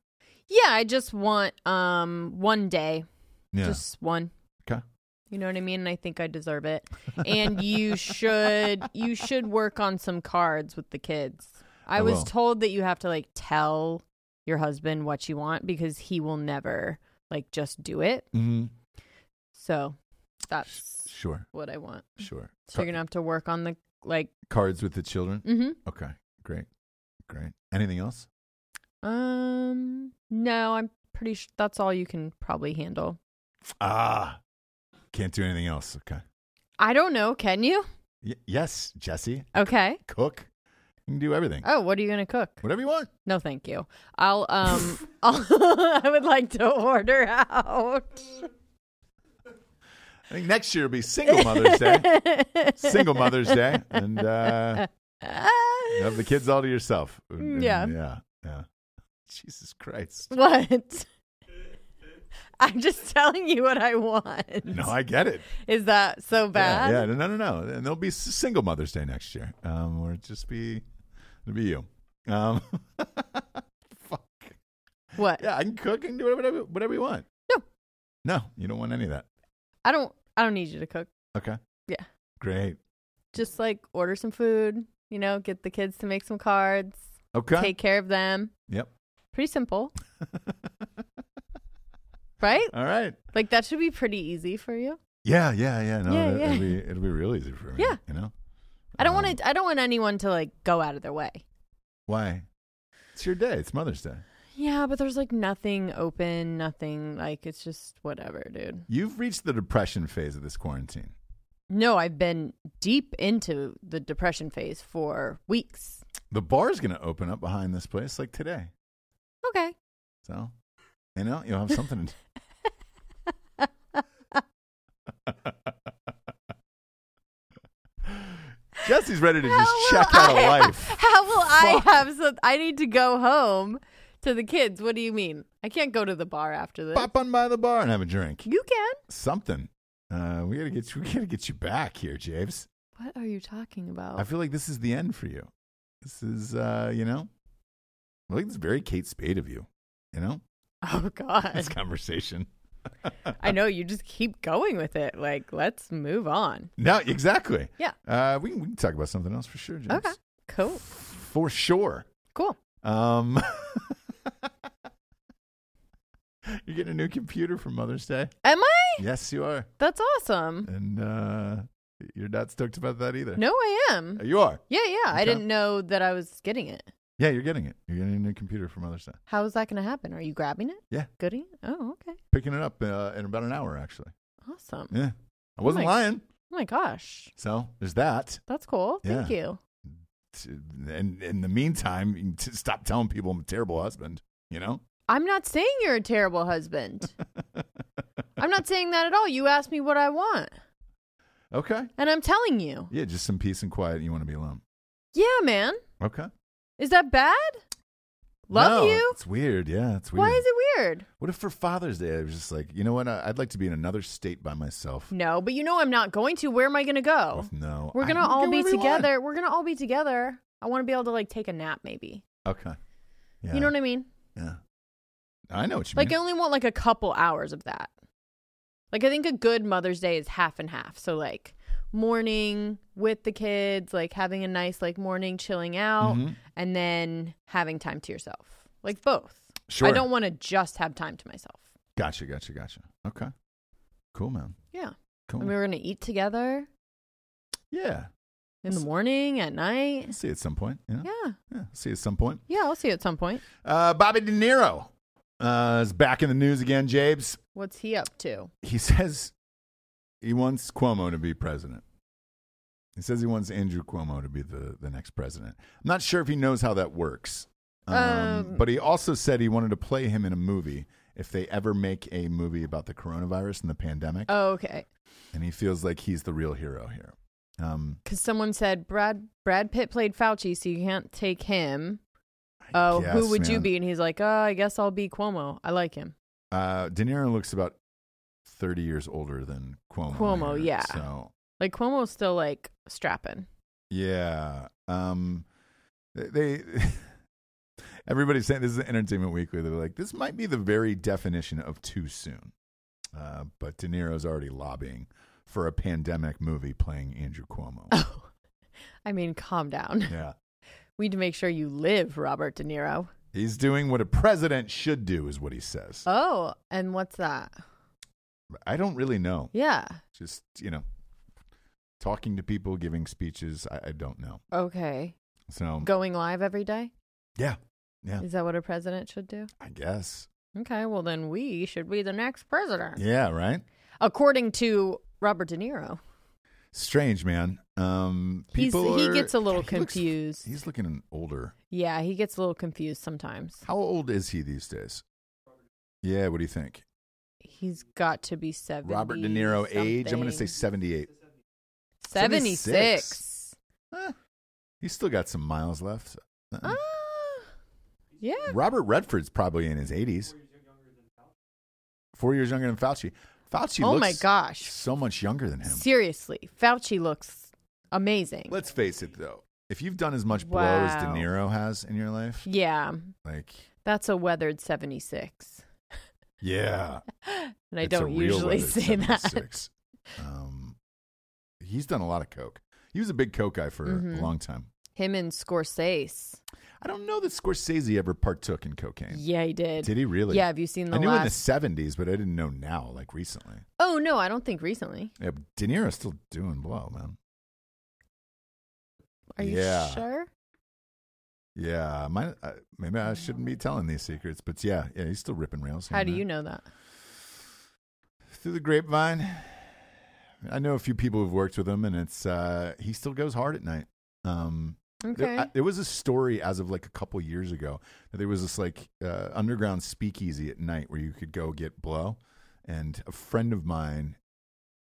Speaker 2: yeah, I just want um one day,
Speaker 1: Yeah.
Speaker 2: just one.
Speaker 1: Okay.
Speaker 2: You know what I mean? And I think I deserve it.
Speaker 1: <laughs>
Speaker 2: And you should you should work on some cards with the kids. I,
Speaker 1: I
Speaker 2: was
Speaker 1: will.
Speaker 2: told that you have to like tell your husband what you want because he will never like just do it.
Speaker 1: hmm
Speaker 2: So that's
Speaker 1: Sure,
Speaker 2: what I want.
Speaker 1: sure.
Speaker 2: So you're gonna have to work on the like
Speaker 1: Cards with the children.
Speaker 2: mm-hmm.
Speaker 1: Okay, great, great. Anything else?
Speaker 2: Um, no, I'm pretty sure that's all you can probably handle.
Speaker 1: Ah, can't do anything else. Okay.
Speaker 2: I don't know. Can you?
Speaker 1: Y- yes, Jesse,
Speaker 2: Okay.
Speaker 1: cook. You can do everything.
Speaker 2: Oh, what are you gonna cook?
Speaker 1: Whatever you want.
Speaker 2: No, thank you. I'll um, <laughs> I'll, I would like to order out.
Speaker 1: I think next year will be Single Mother's
Speaker 2: <laughs>
Speaker 1: Day. Single Mother's Day, and uh, have the kids all to yourself. And-
Speaker 2: Mm, Yeah.
Speaker 1: yeah, yeah. Jesus Christ.
Speaker 2: <laughs> What? I'm just telling you what I want.
Speaker 1: No, I get it.
Speaker 2: Is that so bad?
Speaker 1: Yeah, yeah, no, no, no. And there'll be s- single Mother's Day next year, um, or just be it'll be you. Um, <laughs> fuck.
Speaker 2: What?
Speaker 1: Yeah, I can cook and do whatever whatever you want.
Speaker 2: No.
Speaker 1: no, you don't want any of that.
Speaker 2: I don't. I don't need you to cook.
Speaker 1: Okay.
Speaker 2: Yeah.
Speaker 1: Great.
Speaker 2: Just like order some food. You know, get the kids to make some cards.
Speaker 1: Okay.
Speaker 2: Take care of them.
Speaker 1: Yep. <laughs>
Speaker 2: Pretty simple, right?
Speaker 1: All right.
Speaker 2: Like that should be pretty easy for you.
Speaker 1: Yeah, yeah, yeah. No,
Speaker 2: Yeah,
Speaker 1: that-
Speaker 2: yeah.
Speaker 1: It'll be it'll be real easy for me.
Speaker 2: Yeah.
Speaker 1: You know
Speaker 2: I don't
Speaker 1: Um,
Speaker 2: want to. I don't want anyone to like go out of their way.
Speaker 1: why? It's your day. It's Mother's Day.
Speaker 2: Yeah, but there's like nothing open, nothing like it's just whatever, dude.
Speaker 1: You've reached the depression phase of this quarantine.
Speaker 2: No, I've been deep into the depression phase for weeks.
Speaker 1: The bar's going to open up behind this place like today.
Speaker 2: Okay. <laughs>
Speaker 1: So, you know, you'll have something to do. Jesse's ready to just
Speaker 2: How will
Speaker 1: check
Speaker 2: <laughs>
Speaker 1: out
Speaker 2: I-
Speaker 1: of life.
Speaker 2: How will I
Speaker 1: Fuck.
Speaker 2: have some? I need to go home to the kids. What do you mean? I can't go to the bar after this.
Speaker 1: Pop on by the bar and have a drink.
Speaker 2: You can.
Speaker 1: Something. Uh, we gotta get you. We gotta get you back here, James.
Speaker 2: What are you talking about?
Speaker 1: I feel like this is the end for you. This is, uh, you know, I think it's very Kate Spade of you. You
Speaker 2: <laughs>
Speaker 1: know,
Speaker 2: <laughs> oh God.
Speaker 1: this conversation. <laughs>
Speaker 2: <laughs> I know you just keep going with it. Like, let's move on.
Speaker 1: No, exactly.
Speaker 2: Yeah.
Speaker 1: Uh, we can, we can talk about something else for sure, James.
Speaker 2: Okay. Cool.
Speaker 1: For sure.
Speaker 2: Cool.
Speaker 1: Um, <laughs> you're getting a new computer for Mother's Day.
Speaker 2: Am I?
Speaker 1: Yes, you are,
Speaker 2: That's awesome.
Speaker 1: and uh, you're not stoked about that either.
Speaker 2: No, I am.
Speaker 1: Uh, you are.
Speaker 2: Yeah, yeah. I
Speaker 1: Okay.
Speaker 2: didn't know that I was getting it.
Speaker 1: Yeah, you're getting it. You're getting a new computer for Mother's Day.
Speaker 2: How is that going to happen? Are you grabbing it?
Speaker 1: Yeah.
Speaker 2: Gooding? Oh, okay.
Speaker 1: Picking it up uh, in about an hour, actually.
Speaker 2: Awesome.
Speaker 1: Yeah, I wasn't
Speaker 2: my-
Speaker 1: lying.
Speaker 2: Oh my gosh.
Speaker 1: So there's that.
Speaker 2: That's cool. Thank
Speaker 1: Yeah.
Speaker 2: you.
Speaker 1: T- And in the meantime, you can t- stop telling people I'm a terrible husband. You know.
Speaker 2: I'm not saying you're a
Speaker 1: <laughs>
Speaker 2: terrible husband. I'm not saying that at all. You asked me what I want,
Speaker 1: Okay.
Speaker 2: and I'm telling you.
Speaker 1: Yeah, just some peace and quiet. You want to be alone.
Speaker 2: Yeah, man.
Speaker 1: Okay.
Speaker 2: Is that bad? Love
Speaker 1: No,
Speaker 2: you?
Speaker 1: It's weird. Yeah, it's weird.
Speaker 2: Why is it weird?
Speaker 1: What if for Father's Day I was just like, you know what? I- I'd like to be in another state by myself.
Speaker 2: No, but you know I'm not going to. Where am I going to go?
Speaker 1: Oh, no,
Speaker 2: We're
Speaker 1: I
Speaker 2: gonna
Speaker 1: can
Speaker 2: all
Speaker 1: go
Speaker 2: be
Speaker 1: wherever you want.
Speaker 2: together. We're gonna all be together. I want to be able to like take a nap, maybe.
Speaker 1: Okay. Yeah.
Speaker 2: You know what I mean?
Speaker 1: Yeah. I know what you
Speaker 2: Like, I
Speaker 1: mean.
Speaker 2: only want like a couple hours of that. Like, I think a good Mother's Day is half and half. So like morning with the kids, like having a nice like morning chilling out,
Speaker 1: Mhm.
Speaker 2: and then having time to yourself. Like both.
Speaker 1: Sure.
Speaker 2: I don't want to just have time to myself.
Speaker 1: Gotcha. Gotcha. Gotcha. Okay. Cool, man.
Speaker 2: Yeah.
Speaker 1: Cool.
Speaker 2: And we were gonna eat together
Speaker 1: yeah.
Speaker 2: in the morning, at night.
Speaker 1: I'll see you at some point. You know?
Speaker 2: Yeah.
Speaker 1: Yeah. See you at some point.
Speaker 2: Yeah, I'll see you at some point.
Speaker 1: Uh, Bobby De Niro uh, is back in the news again. Jabe's.
Speaker 2: What's he up to?
Speaker 1: He <laughs> says he wants Cuomo to be president. He says he wants Andrew Cuomo to be the, the next president. I'm not sure if he knows how that works. Um,
Speaker 2: Um,
Speaker 1: but he also said he wanted to play him in a movie if they ever make a movie about the coronavirus and the pandemic.
Speaker 2: Oh, okay.
Speaker 1: and he feels like he's the real hero here. Um,
Speaker 2: because someone said Brad Brad Pitt played Fauci, so you can't take him.
Speaker 1: I
Speaker 2: Oh,
Speaker 1: guess,
Speaker 2: who would you
Speaker 1: man.
Speaker 2: be? And he's like, oh, I guess I'll be Cuomo. I like him.
Speaker 1: Uh, De Niro looks about 30 years older than Cuomo.
Speaker 2: Cuomo,
Speaker 1: here,
Speaker 2: yeah.
Speaker 1: So
Speaker 2: Like Cuomo's still like strapping.
Speaker 1: Yeah. Um they <laughs> everybody's saying this is Entertainment Weekly. They're like, this might be the very definition of too soon. Uh, but De Niro's already lobbying for a pandemic movie playing Andrew Cuomo.
Speaker 2: Oh, I mean, calm down. <laughs>
Speaker 1: yeah.
Speaker 2: We need to make sure you live, Robert De Niro.
Speaker 1: He's doing what a president should do, is what he says.
Speaker 2: Oh, and what's that?
Speaker 1: I don't really know.
Speaker 2: Yeah.
Speaker 1: Just, you know, talking to people, giving speeches. I, I don't know.
Speaker 2: Okay.
Speaker 1: So,
Speaker 2: Going live every day?
Speaker 1: yeah. Yeah.
Speaker 2: Is that what a president should do?
Speaker 1: I guess.
Speaker 2: Okay, well then we should be the next president.
Speaker 1: Yeah, right?
Speaker 2: According to Robert De Niro.
Speaker 1: Strange, man. Um,
Speaker 2: He's-
Speaker 1: people
Speaker 2: he
Speaker 1: are-
Speaker 2: gets a little
Speaker 1: he looks-
Speaker 2: confused.
Speaker 1: he's looking older.
Speaker 2: Yeah, he gets a little confused sometimes.
Speaker 1: How old is he these days? Yeah, what do you think?
Speaker 2: He's got to be 70.
Speaker 1: Robert De Niro age? I'm going to say
Speaker 2: something.
Speaker 1: 78.
Speaker 2: 76.
Speaker 1: 76. Eh, he's still got some miles left. Uh-uh.
Speaker 2: Ah, yeah.
Speaker 1: Robert Redford's probably in his 80s. Four years younger than Fauci. Fauci
Speaker 2: oh
Speaker 1: looks
Speaker 2: my gosh.
Speaker 1: so much younger than him.
Speaker 2: Seriously, Fauci looks amazing.
Speaker 1: Let's face it, though. If you've done as much blow as De
Speaker 2: Wow.
Speaker 1: Niro has in your life,
Speaker 2: yeah,
Speaker 1: like,
Speaker 2: that's a weathered 76.
Speaker 1: yeah,
Speaker 2: And I
Speaker 1: It's a
Speaker 2: don't
Speaker 1: real
Speaker 2: usually <laughs>
Speaker 1: leather
Speaker 2: say that.
Speaker 1: 76. Um, he's done a lot of coke. He was a big coke guy for a
Speaker 2: Mhm.
Speaker 1: long time.
Speaker 2: Him and Scorsese.
Speaker 1: I don't know that Scorsese ever partook in cocaine.
Speaker 2: Yeah, he did.
Speaker 1: Did he really?
Speaker 2: Yeah, have you seen the
Speaker 1: I knew
Speaker 2: last?
Speaker 1: in the '70s, but I didn't know now, like recently.
Speaker 2: Oh no, I don't think recently.
Speaker 1: Yeah, but De Niro's still doing blow, man.
Speaker 2: Are you
Speaker 1: Yeah.
Speaker 2: sure?
Speaker 1: Yeah, my, I, maybe I shouldn't be telling these secrets, but yeah, yeah, he's still ripping rails. here
Speaker 2: How
Speaker 1: and
Speaker 2: do
Speaker 1: there.
Speaker 2: you know that?
Speaker 1: Through the grapevine, I know a few people who've worked with him, and it's uh, he still goes hard at night. Um, There,
Speaker 2: Okay.
Speaker 1: I- there was a story as of like a couple years ago that there was this like uh, underground speakeasy at night where you could go get blow. And a friend of mine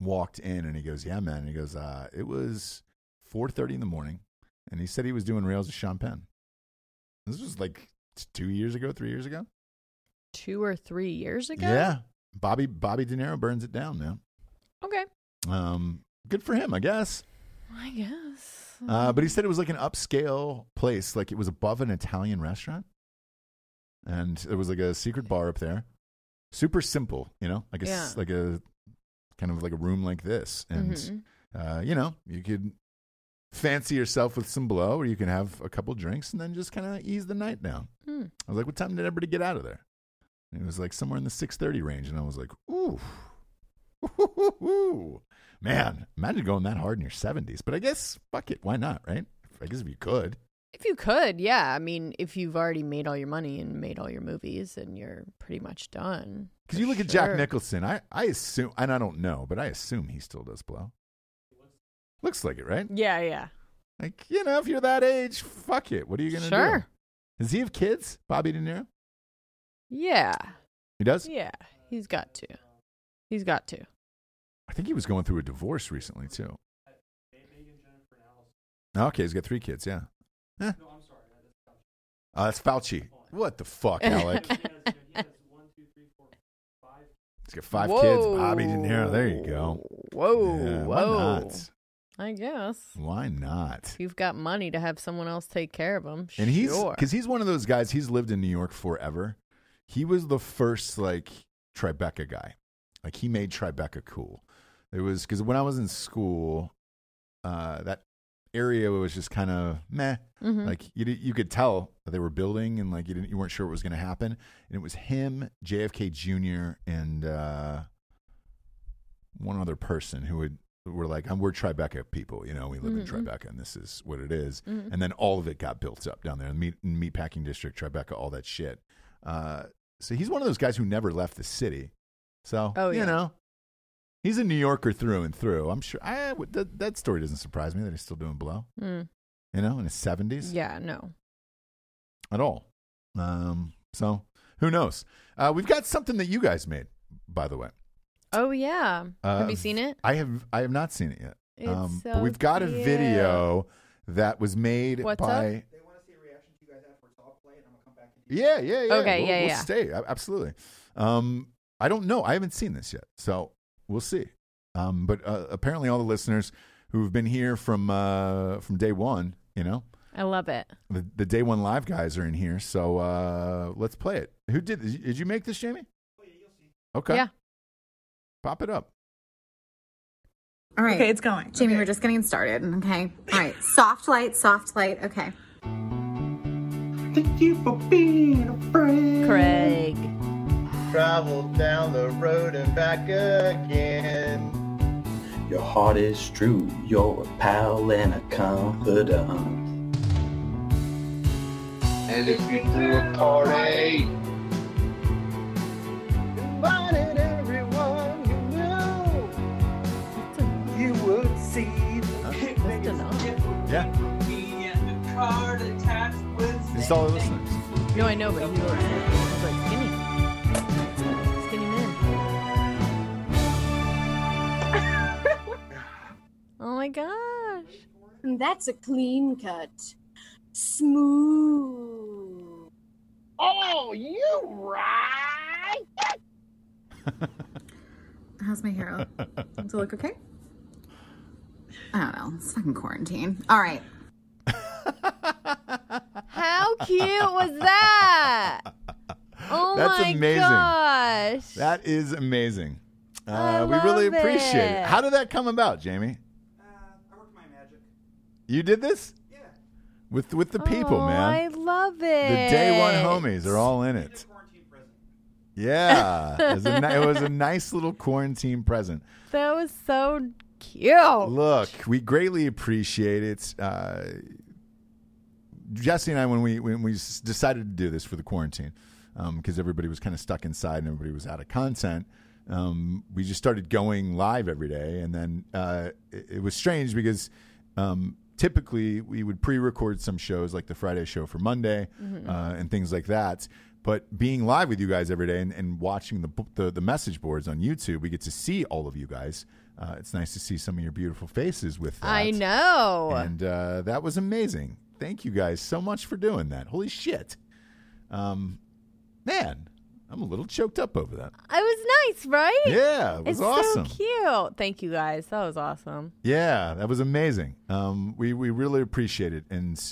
Speaker 1: walked in and he goes, "Yeah, man." And he goes, uh, "It was 4:30 in the morning," and he said he was doing rails of champagne. This was like t- two years ago, three years ago.
Speaker 2: Two or three years ago.
Speaker 1: Yeah, Bobby Bobby De Niro burns it down, man.
Speaker 2: Okay.
Speaker 1: Um, good for him, I guess.
Speaker 2: I guess.
Speaker 1: Uh, but he said it was like an upscale place, like it was above an Italian restaurant, and there was like a secret bar up there. Super simple, you know, like a s-
Speaker 2: Yeah.
Speaker 1: like a kind of like a room like this, and
Speaker 2: Mhm.
Speaker 1: uh, you know, you could fancy yourself with some blow, or you can have a couple drinks and then just kind of ease the night down.
Speaker 2: Hmm.
Speaker 1: I was like, "What time did everybody get out of there?" And it was like somewhere in the six thirty range, and I was like, "Ooh, man! Imagine going that hard in your seventies." But I guess fuck it, why not? Right? I guess if you could,
Speaker 2: If you could, yeah. I mean, if you've already made all your money and made all your movies and you're pretty much done.
Speaker 1: because
Speaker 2: for
Speaker 1: you look at Jack
Speaker 2: sure.
Speaker 1: Nicholson. I I assume, and I don't know, but I assume he still does blow. Looks like it, right?
Speaker 2: Yeah, yeah.
Speaker 1: Like you know, if you're that age, fuck it. What are you gonna
Speaker 2: Sure.
Speaker 1: do? Does he have kids? Bobby De Niro.
Speaker 2: Yeah.
Speaker 1: He does.
Speaker 2: Yeah. He's got to. He's got <laughs> to.
Speaker 1: I think he was going through a divorce recently too. Okay, he's got three kids. Yeah. Eh. Uh, that's Fauci. What the fuck,
Speaker 2: <laughs>
Speaker 1: Alec? he's got five kids. Bobby De Niro. There you go.
Speaker 2: Whoa.
Speaker 1: Yeah, why
Speaker 2: whoa.
Speaker 1: not?
Speaker 2: I guess.
Speaker 1: Why not?
Speaker 2: If you've got money to have someone else take care of them,
Speaker 1: And he's
Speaker 2: sure.
Speaker 1: because he's one of those guys. He's lived in New York forever. He was the first like Tribeca guy. Like he made Tribeca cool. It was because when I was in school, uh, that area was just kind of meh.
Speaker 2: Mhm.
Speaker 1: Like you, di- you could tell that they were building, and like you didn't, you weren't sure what was going to happen. And it was him, JFK Jr., and uh, one other person who would were like, "I'm we're Tribeca people, you know, we live
Speaker 2: Mm-hmm,
Speaker 1: in Tribeca, and this is what it is." And then all of it got built up down there, the meat meatpacking district, Tribeca, all that shit. Uh, so he's one of those guys who never left the city. So
Speaker 2: Oh,
Speaker 1: you
Speaker 2: yeah.
Speaker 1: know, he's a New Yorker through and through. I'm sure. I, that, that story doesn't surprise me that he's still doing blow.
Speaker 2: Mm.
Speaker 1: You know, in his seventies
Speaker 2: Yeah, no.
Speaker 1: at all. Um, so who knows? Uh, we've got something that you guys made, by the way.
Speaker 2: Oh yeah.
Speaker 1: Uh,
Speaker 2: Have you seen it?
Speaker 1: I have. I have not seen it yet. Um,
Speaker 2: It's
Speaker 1: but
Speaker 2: so
Speaker 1: we've got a
Speaker 2: cute.
Speaker 1: video that was made
Speaker 2: What's
Speaker 1: by. Yeah, yeah, yeah.
Speaker 2: Okay,
Speaker 1: we'll,
Speaker 2: yeah,
Speaker 1: we'll
Speaker 2: yeah.
Speaker 1: Stay A- absolutely. Um, I don't know. I haven't seen this yet, so we'll see. Um, but uh, apparently, all the listeners who've been here from uh, from day one, you know,
Speaker 2: I love it.
Speaker 1: the, the day one live guys are in here. So uh, let's play it. Who did? Did you make this, Jamie? Okay.
Speaker 2: Yeah.
Speaker 1: Pop it up.
Speaker 4: All right.
Speaker 5: Okay, it's going.
Speaker 4: Jamie, we're just getting started. Okay. All right. soft light, soft light. Okay.
Speaker 6: Thank you for being a friend.
Speaker 3: Craig.
Speaker 6: Travel down the road and back again.
Speaker 7: Your heart is true, you're a pal and a confidant.
Speaker 6: And if you do a party, invited everyone you know, you would see the
Speaker 1: Yeah. It's all the listeners.
Speaker 2: No, I know, but he looks like, he's like skinny. Skinny man. <laughs> oh my gosh.
Speaker 5: And that's a clean cut. Smooth.
Speaker 6: Oh, you right!
Speaker 4: How's my hair look? Does it look okay? I don't know. It's fucking quarantine. All right.
Speaker 2: How cute was
Speaker 1: <laughs>
Speaker 2: that? Oh
Speaker 1: That's
Speaker 2: my
Speaker 1: amazing.
Speaker 2: gosh.
Speaker 1: That is amazing. Uh,
Speaker 2: I
Speaker 1: we really
Speaker 2: love
Speaker 1: appreciate it.
Speaker 2: it.
Speaker 1: How did that come about, Jamie? You did this? Yeah. With with the people,
Speaker 2: oh, I
Speaker 1: man.
Speaker 2: love it.
Speaker 1: The day one homies are all in it.
Speaker 2: <laughs>
Speaker 1: Yeah, it was, a ni- it was a nice little quarantine present.
Speaker 2: That was so cute.
Speaker 1: Look, we greatly appreciate it. Uh, Jesse and I, when we when we s- decided to do this for the quarantine, because everybody was kind of stuck inside and everybody was out of content, um, we just started going live every day, and then uh, it, it was strange because. Um, Typically, we would pre-record some shows like the Friday show for Monday uh, and things like that. But being live with you guys every day and, and watching the, bo- the the message boards on YouTube, we get to see all of you guys. Uh, it's nice to see some of your beautiful faces with that.
Speaker 2: I know.
Speaker 1: And uh, that was amazing. Thank you guys so much for doing that. Holy shit. Um, man, I'm a little choked up over that.
Speaker 2: it was nice, right?
Speaker 1: Yeah, it was
Speaker 2: it's
Speaker 1: awesome.
Speaker 2: so cute. Thank you guys. That was awesome.
Speaker 1: Yeah, that was amazing. Um, we, we really appreciate it. And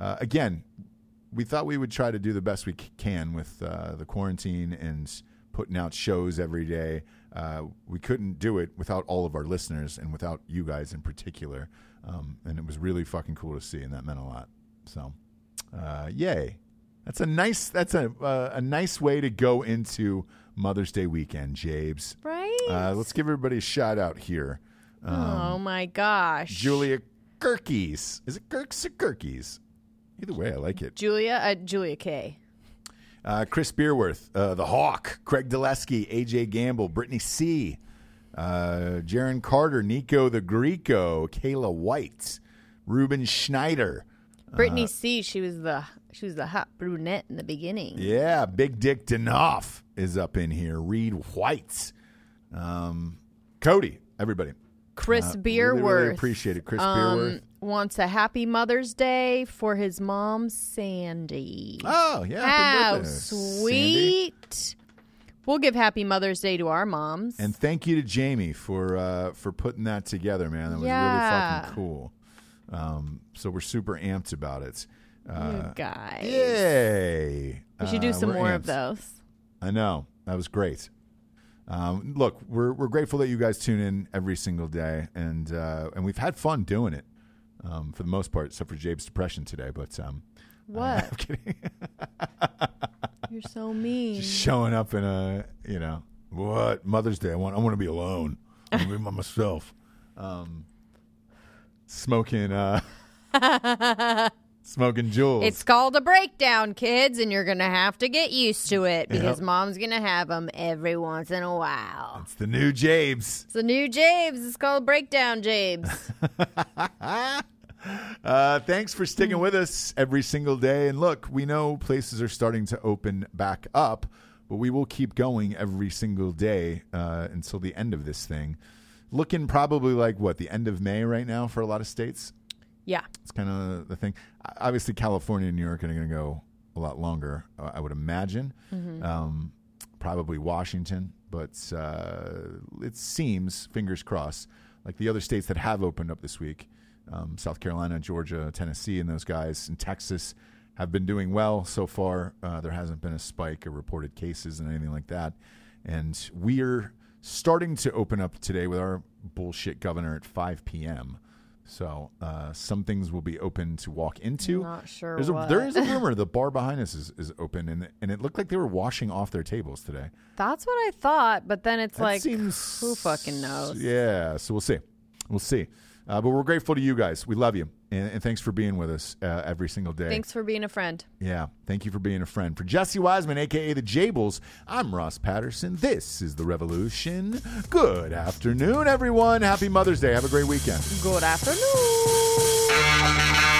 Speaker 1: uh, again, we thought we would try to do the best we c- can with uh, the quarantine and putting out shows every day. Uh, we couldn't do it without all of our listeners and without you guys in particular. Um, and it was really fucking cool to see, and that meant a lot. So, uh, yay! That's a nice. That's a uh, a nice way to go into Mother's Day weekend, Jabes.
Speaker 2: Right?
Speaker 1: Uh, let's give everybody a shout out here. Uh-uh.
Speaker 2: oh my gosh.
Speaker 1: Julia Kirkies. Is it Kirks or Kirkies? Either way, I like it.
Speaker 2: Julia uh, Julia K.
Speaker 1: Uh, Chris Beerworth, uh, The Hawk, Craig Dulesky, AJ Gamble, Brittany C., uh, Jaron Carter, Nico the Greco, Kayla White, Ruben Schneider.
Speaker 2: Brittany C. She was the she was the hot brunette in the beginning.
Speaker 1: Yeah, Big Dick Danoff is up in here. Reed White, um, Cody, everybody.
Speaker 2: Chris
Speaker 1: Uh, really,
Speaker 2: Beerworth. Um,
Speaker 1: really appreciate it. Chris Beerworth.
Speaker 2: Wants a happy Mother's Day for his mom, Sandy.
Speaker 1: Oh, yeah. happy
Speaker 2: How
Speaker 1: birthday, Sandy.
Speaker 2: sweet. We'll give happy Mother's Day to our moms.
Speaker 1: And thank you to Jamie for uh, for putting that together, man. That was really
Speaker 2: Yeah.
Speaker 1: fucking cool. Um, so we're super amped about it. Uh,
Speaker 2: you guys.
Speaker 1: yay!
Speaker 2: We should do
Speaker 1: Uh,
Speaker 2: some
Speaker 1: we're
Speaker 2: more of
Speaker 1: amped.
Speaker 2: those.
Speaker 1: I know that was great. Um, look, we're we're grateful that you guys tune in every single day, and uh, and we've had fun doing it um, for the most part, except for Jabe's depression today. But um,
Speaker 2: What?
Speaker 1: <laughs> I'm kidding. <laughs>
Speaker 2: You're so mean.
Speaker 1: Just showing up in a you know what Mother's Day. I want I want to be alone. I want to be by myself. Um, smoking uh, smoking jewels.
Speaker 2: It's called a breakdown, kids, and you're going to have to get used to it because
Speaker 1: Yep.
Speaker 2: mom's going to have them every once in a while.
Speaker 1: It's the new Jabes. <laughs>
Speaker 2: It's a new James. It's called Breakdown James.
Speaker 1: uh, thanks for sticking with us every single day. And look, we know places are starting to open back up, but we will keep going every single day uh, until the end of this thing. Looking probably like what the end of May right now for a lot of states.
Speaker 2: yeah.
Speaker 1: It's kind of the thing. O- Obviously, California and New York are going to go a lot longer, uh, I would imagine. Um, probably Washington but uh, it seems, fingers crossed, like the other states that have opened up this week, um, South Carolina, Georgia, Tennessee, and those guys in Texas have been doing well so far. Uh, there hasn't been a spike or reported cases and anything like that. And we're starting to open up today with our bullshit governor at 5 p.m. So uh, some things will be open to walk into.
Speaker 2: Not sure
Speaker 1: There's a,
Speaker 2: what.
Speaker 1: there is
Speaker 2: <laughs>
Speaker 1: a rumor the bar behind us is, is open, and and it looked like they were washing off their tables today.
Speaker 2: That's what I thought, but then it's
Speaker 1: That
Speaker 2: like,
Speaker 1: seems-
Speaker 2: who fucking knows?
Speaker 1: Yeah, so we'll see. We'll see. Uh, but we're grateful to you guys. We love you. And, and thanks for being with us uh, every single day.
Speaker 2: Thanks for being a friend.
Speaker 1: Yeah, thank you for being a friend. For Jesse Wiseman, a.k.a. The Jables, I'm Ross Patterson. This is The Revolution. Good afternoon, everyone. Happy Mother's Day. Have a great weekend.
Speaker 2: Good afternoon.